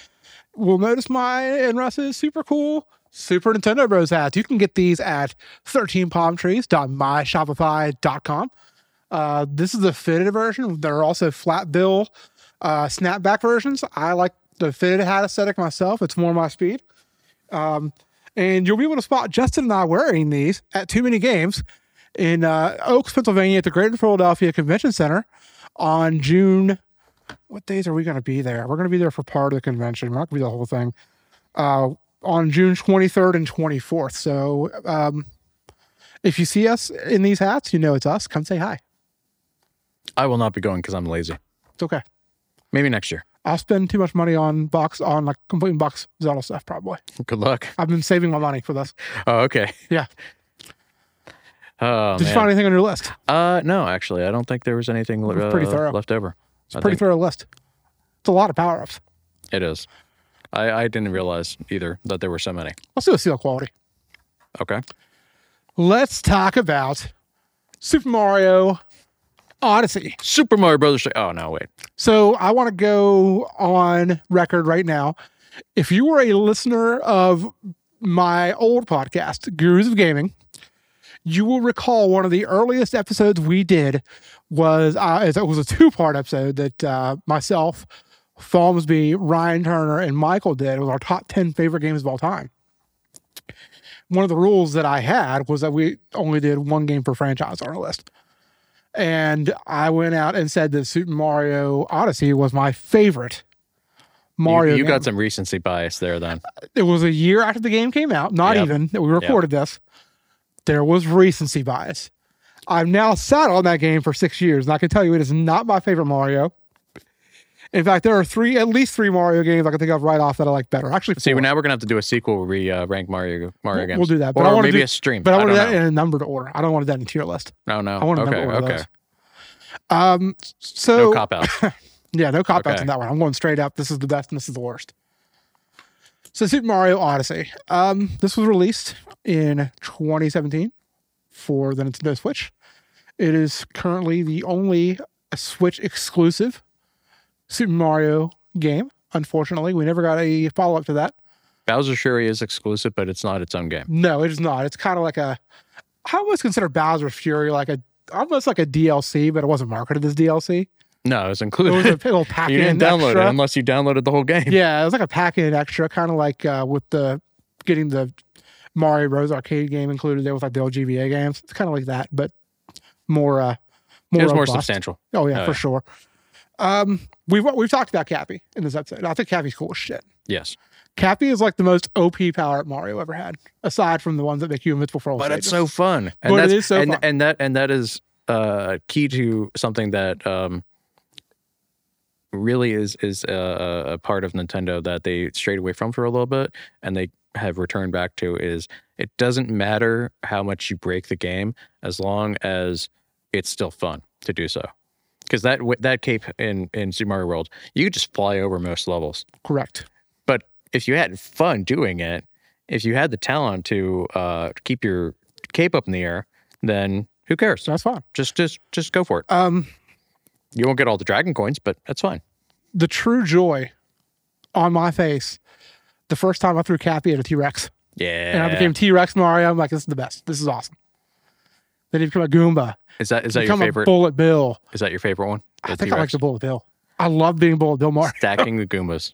will notice my and Russ's super cool Super Nintendo Bros hats. You can get these at 13palmtrees.myshopify.com. Uh, this is the fitted version. There are also flat bill uh, snapback versions. I like the fitted hat aesthetic myself. It's more my speed. Um, And you'll be able to spot Justin and I wearing these at Too Many Games in uh, Oaks, Pennsylvania at the Greater Philadelphia Convention Center on June. What days are we going to be there? We're going to be there for part of the convention. We're not going to be the whole thing. Uh, on June 23rd and 24th. So um, if you see us in these hats, you know it's us. Come say hi. I will not be going because I'm lazy. It's okay. Maybe next year. I'll spend too much money on box, on like complete box Zelda stuff, probably. Good luck. I've been saving my money for this. Oh, okay. Yeah. Oh Did you man. find anything on your list? uh, no, actually, I don't think there was anything le- was pretty uh, thorough. left over. It's I a pretty think- thorough list. It's a lot of power ups. It is. I, I didn't realize either that there were so many. Let's do a seal quality. Okay. Let's talk about Super Mario Odyssey. Super Mario Brothers. Oh no, wait. So I want to go on record right now. If you were a listener of my old podcast, Gurus of Gaming, you will recall one of the earliest episodes we did was uh, it was a two part episode that uh, myself, Falmsby, Ryan Turner, and Michael did. It was our top ten favorite games of all time. One of the rules that I had was that we only did one game per franchise on our list and I went out and said that Super Mario Odyssey was my favorite You- Mario. you, game. got some recency bias there then. it was a year after the game came out, not Yep. even that we recorded this. There was recency bias. I've now sat on that game for six years, and I can tell you it is not my favorite Mario. In fact, there are three, at least three Mario games I can think of right off that I like better. Actually, See, four. now we're gonna have to do a sequel where we uh, rank Mario Mario We'll- games. we'll do that, but or I wanna maybe do- a stream. but I wanted don't that know. in a numbered order. I don't want that in tier list. No, Oh, no. I want a okay, number order. of okay. those. Um, so No cop out. Yeah, no cop outs Okay. in that one. I'm going straight up. This is the best and this is the worst. So Super Mario Odyssey. Um, this was released in 2017 for the Nintendo Switch. It is currently the only Switch exclusive Super Mario game. Unfortunately, we never got a follow up to that. Bowser Fury is exclusive, but it's not its own game. No, it is not. It's kind of like a. I almost consider Bowser Fury like a almost like a DLC, but it wasn't marketed as DLC. No, it's It was a included. little pack you in didn't download extra. it unless you downloaded the whole game. Yeah, it was like a packet extra, kind of like uh, with the getting the Mario Bros arcade game included there with like the old GBA games. It's kind of like that, but more uh, more it was more robust. substantial. Oh yeah, Oh, for yeah. sure. Um, we've we've talked about Cappy in this episode. I think Cappy's cool as shit. Yes. Cappy is like the most OP power up Mario ever had, aside from the ones that make you invincible for all but it's stages. so fun. But it that's, is so and, fun. and that and that is uh, key to something that um, really is is a, a part of Nintendo that they strayed away from for a little bit, and they have returned back to is it doesn't matter how much you break the game as long as it's still fun to do so. Because that w- that cape in in Super Mario World, you could just fly over most levels. correct. But if you had fun doing it, if you had the talent to uh, keep your cape up in the air, then who cares? So that's fine. Just just just go for it. Um, You won't get all the dragon coins, but that's fine. the true joy on my face the first time I threw Cappy at a T Rex. Yeah. and I became T Rex Mario. I'm like, this is the best. This is awesome. Then he became a Goomba. is that is that your become favorite? a Bullet Bill. is that your favorite one? I The think I like T-Rex? the Bullet Bill. I love being Bullet Bill Mario. stacking the Goombas.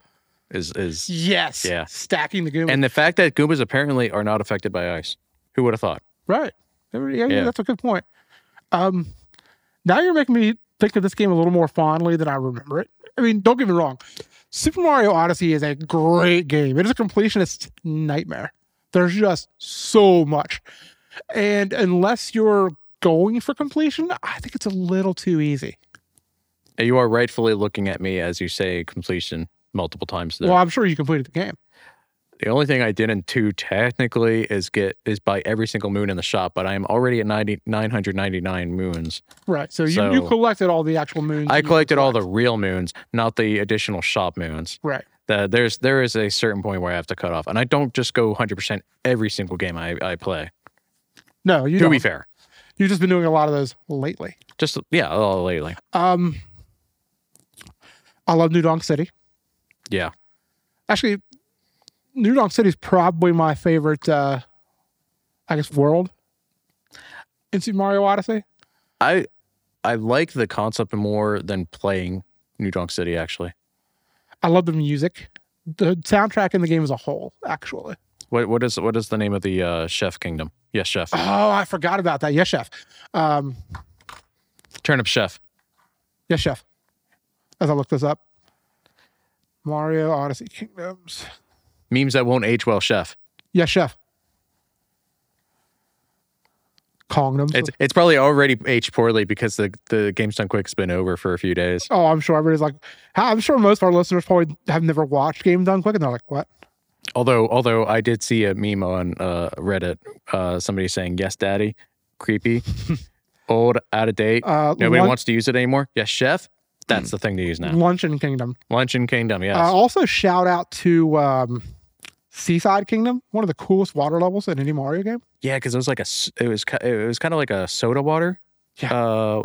Is is Yes. Yeah. Stacking the Goomba. and the fact that Goombas apparently are not affected by ice. Who would have thought? right. Yeah, yeah, Yeah. that's a good point. Um, now you're making me think of this game a little more fondly than I remember it. I mean, don't get me wrong. Super Mario Odyssey is a great game. It is a completionist nightmare. There's just so much. And unless you're going for completion, I think it's a little too easy. You are rightfully looking at me as you say completion multiple times. There. Well, I'm sure you completed the game. The only thing I didn't do technically is get is buy every single moon in the shop, but I am already at 90, 999 moons. Right. So, you, you So- collected all the actual moons. I you could collected all the collect. real moons, not the additional shop moons. Right. The, there's there is a certain point where I have to cut off, and I don't just go 100% every single game I, I play. No, you to be don't. fair, You've just been doing a lot of those lately. just yeah, all lately. Um, I love New Donk City. Yeah, Actually, New Donk City is probably my favorite, uh, I guess, world in Super Mario Odyssey. I I like the concept more than playing New Donk City. Actually, I love the music. The soundtrack in the game as a whole, actually. what what is what is the name of the uh, Chef Kingdom? Yes, Chef. Oh, I forgot about that. Yes, Chef. Um, Turnip Chef. Yes, chef. As I look this up, Mario Odyssey Kingdoms. Memes that won't age well, Chef. Yes, chef. Kongdoms. It's it's probably already aged poorly because the the game's done quick's been over for a few days. oh, I'm sure everybody's like, I'm sure most of our listeners probably have never watched Game Done Quick, and they're like, what? Although although I did see a meme on uh, Reddit, uh, somebody saying yes, daddy, creepy, old, out of date. Uh, Nobody lun- wants to use it anymore. Yes, chef. That's the thing to use now. Luncheon Kingdom. Luncheon Kingdom, yes. Mm-hmm. Uh, also, shout out to um, Seaside Kingdom, one of the coolest water levels in any Mario game. yeah, because it was like a s- it was ki- it was kind of like a soda water Yeah. uh,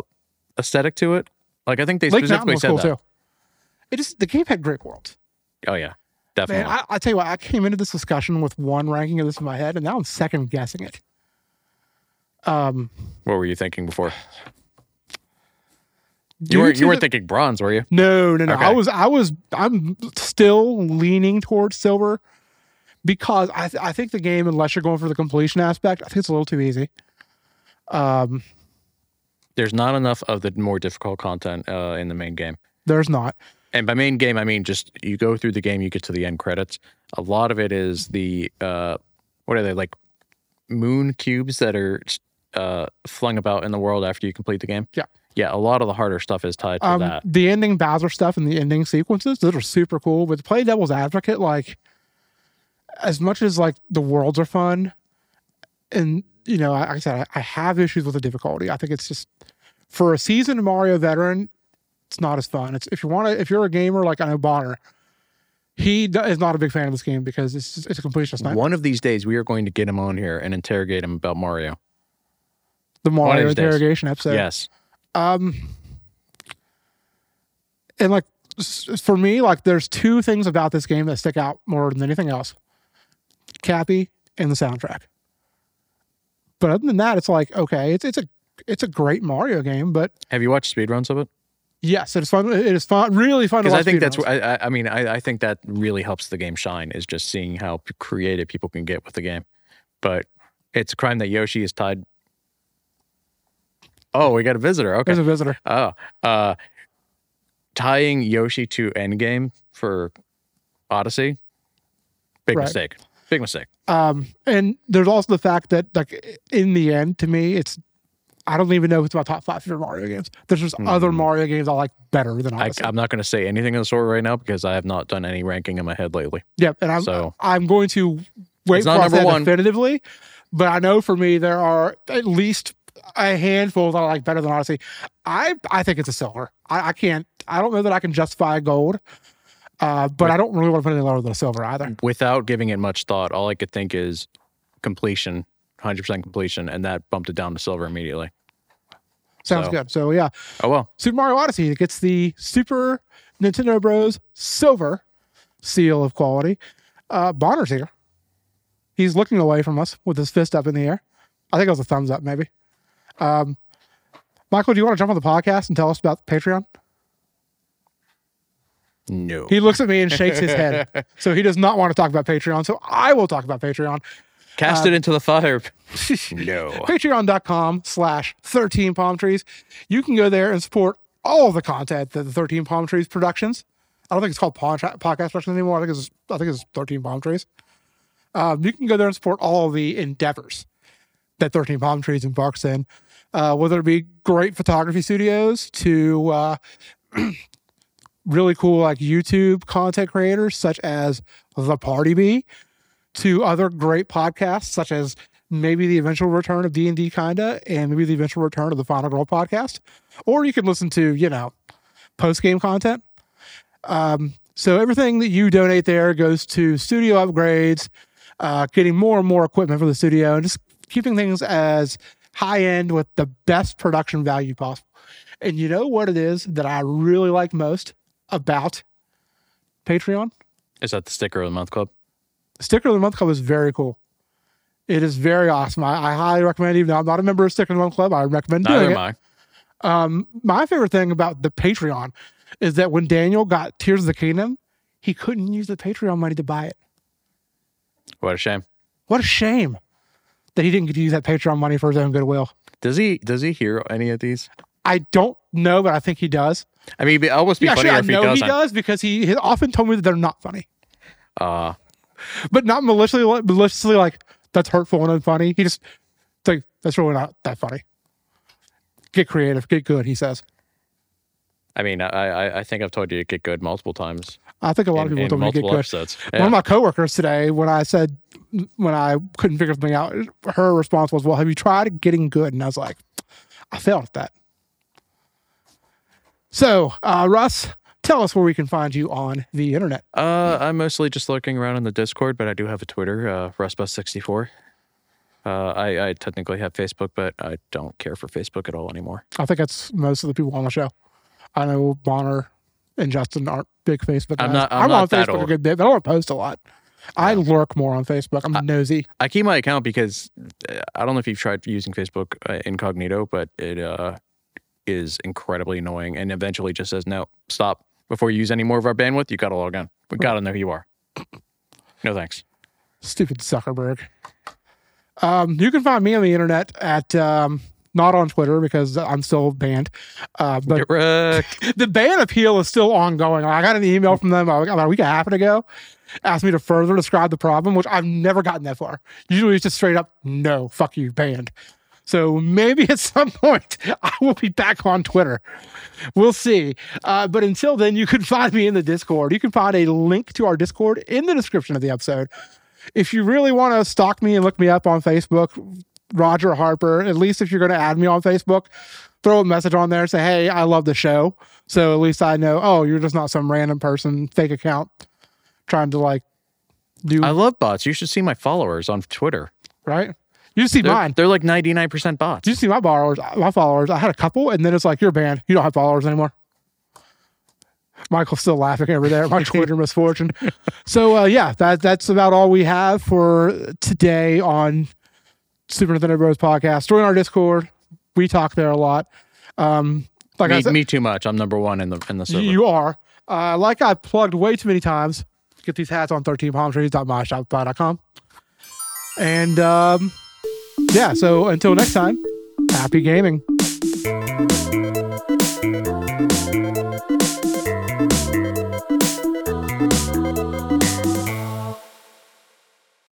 aesthetic to it. Like I think they Lake Mountain specifically was said cool that. too. It just the game had great worlds. Oh yeah, definitely. Man, I, I tell you what, I came into this discussion with one ranking of this in my head, and now I'm second guessing it. Um, what were you thinking before? due You weren't to you weren't the- thinking bronze, were you? No, no, no. I Okay. was, I was, I'm still leaning towards silver because I, th- I think the game, unless you're going for the completion aspect, I think it's a little too easy. Um, There's not enough of the more difficult content uh, in the main game. there's not. and by main game i mean just you go through the game you get to the end credits a lot of it is the uh what are they like moon cubes that are uh flung about in the world after you complete the game Yeah. yeah a lot of the harder stuff is tied to Um, that the ending Bowser stuff and the ending sequences, those are super cool. But to play Devil's Advocate, like, as much as like the worlds are fun, and you know, like I said, I, I have issues with the difficulty. I think it's just for a seasoned Mario veteran, it's not as fun. It's if you want to, if you're a gamer like I know Bonner, he d- is not a big fan of this game because it's just, it's a completionist nightmare. one of these days we are going to get him on here and interrogate him about mario The of Mario these days. interrogation episode. yes Um, and like s- for me, like there's two things about this game that stick out more than anything else: Cappy and the soundtrack. But other than that, it's like okay, it's it's a it's a great Mario game, but have you watched speedruns of it yes, it's fun. It is fun, really fun. to because i watch think that's speedruns. what I, I- I mean I, I think that really helps the game shine is just seeing how p- creative people can get with the game but it's a crime that yoshi is tied oh we got a visitor okay there's a visitor. Oh, uh, tying Yoshi to Endgame for Odyssey, big Right. mistake. Big mistake. Um, and there's also the fact that like in the end, to me, it's I don't even know if it's my top five favorite Mario games. There's just other Hmm. Mario games I like better than I, Odyssey. I'm not going to say anything of the sort right now because I have not done any ranking in my head lately. Yep, and I'm So- I'm going to wait It's for us not number that one. definitively, but I know for me there are at least a handful that I like better than Odyssey. I I think it's a silver. I, I can't. I don't know that I can justify a gold, uh, but I don't really want to put it any lower than a silver Mm, either. Without giving it much thought, all I could think is completion, 100% completion, and that bumped it down to silver immediately. Sounds So- good. So yeah, Oh well, Super Mario Odyssey it gets the Super Nintendo Bros. Silver seal of quality. Uh, Bonner's here. He's looking away from us with his fist up in the air. I think it was a thumbs up, maybe. Um, Michael, do you want to jump on the podcast and tell us about Patreon? no. He looks at me and shakes his head. So he does not want to talk about Patreon. So I will talk about Patreon. uh, Cast it into the fire. no. patreon.com slash 13 palm trees you can go there and support all of the content that the 13 palm trees productions i don't think it's called Pawn Tra- podcast productions anymore i think it's i think it's 13 palm trees um, you can go there and support all of the endeavors that 13 palm trees embarks in uh, whether it be great photography studios to uh, really cool like youtube content creators such as the party bee to other great podcasts such as maybe the eventual return of D&D kinda and maybe the eventual return of the Final Girl podcast or you can listen to, you know, post-game content. Um, so everything that you donate there goes to studio upgrades, uh, getting more and more equipment for the studio and just keeping things as high end with the best production value possible. And you know what it is that I really like most about Patreon? Is that the sticker of the month club? Sticker of the Month Club is very cool. It is very awesome. I, I highly recommend. Even though I'm not a member of Sticker of the Month Club, I recommend doing Neither it. am I. Um, my favorite thing about the Patreon is that when Daniel got Tears of the Kingdom, he couldn't use the Patreon money to buy it. What a shame. What a shame that he didn't get to use that Patreon money for his own goodwill. Does he? Does he hear any of these? I don't know, but I think he does. I mean, it'd be- almost be Yeah, funnier sure, I if he know does. he does because he has often told me that they're not funny, Uh, but not maliciously, maliciously like that's hurtful and unfunny. He just it's like that's really not that funny. Get creative, get good. He says. I mean, I, I I think I've told you to get good multiple times. I think a lot in, of people in told me to get multiple good. episodes. One Yeah. of my coworkers today, when I said when I couldn't figure something out, her response was, "Well, have you tried getting good?" And I was like, "I failed at that." So, uh, Russ, tell us where we can find you on the internet. Uh, I'm mostly just lurking around on the Discord, but I do have a Twitter, uh, Rustbus64. Uh, I, I technically have Facebook, but I don't care for Facebook at all anymore. I think that's most of the people on the show. I know Bonner and Justin aren't big Facebook guys. I'm not- I'm on not that Facebook a old. good bit, but I don't post a lot. I lurk more on Facebook. I'm nosy. I keep my account because uh, I don't know if you've tried using Facebook uh, incognito, but it uh, is incredibly annoying and eventually just says, no, stop. Before you use any more of our bandwidth, you got to log on. We got to know who you are. No thanks. Stupid Zuckerberg. Um, you can find me on the internet at um, not on Twitter because I'm still banned. Uh, but Get wrecked. the ban appeal is still ongoing. I got an email from them about a week and a half ago, asked me to further describe the problem, which I've never gotten that far. Usually it's just straight up, no, fuck you, banned. So maybe at some point I will be back on Twitter. We'll see. Uh, but until then, you can find me in the Discord. You can find a link to our Discord in the description of the episode. If you really want to stalk me and look me up on Facebook, Roger Harper, at least if you're going to add me on Facebook, throw a message on there and say, hey, I love the show. So at least I know, oh, you're just not some random person, fake account, trying to like do, I love bots. You should see my followers on Twitter. right? You see They're, mine. they're like 99% bots. You see my borrowers, my followers. I had a couple, and then it's like, you're banned. You don't have followers anymore. Michael's still laughing over there at my Twitter misfortune. So uh, yeah, that that's about all we have for today on Super Nintendo Bros podcast. Join our Discord. We talk there a lot. Um, like I me, said, me too much. I'm number one in the in the server. you are. Uh, like I plugged way too many times. Get these hats on 13palmtrees.myshopify.com. And um, yeah, so until next time, happy gaming.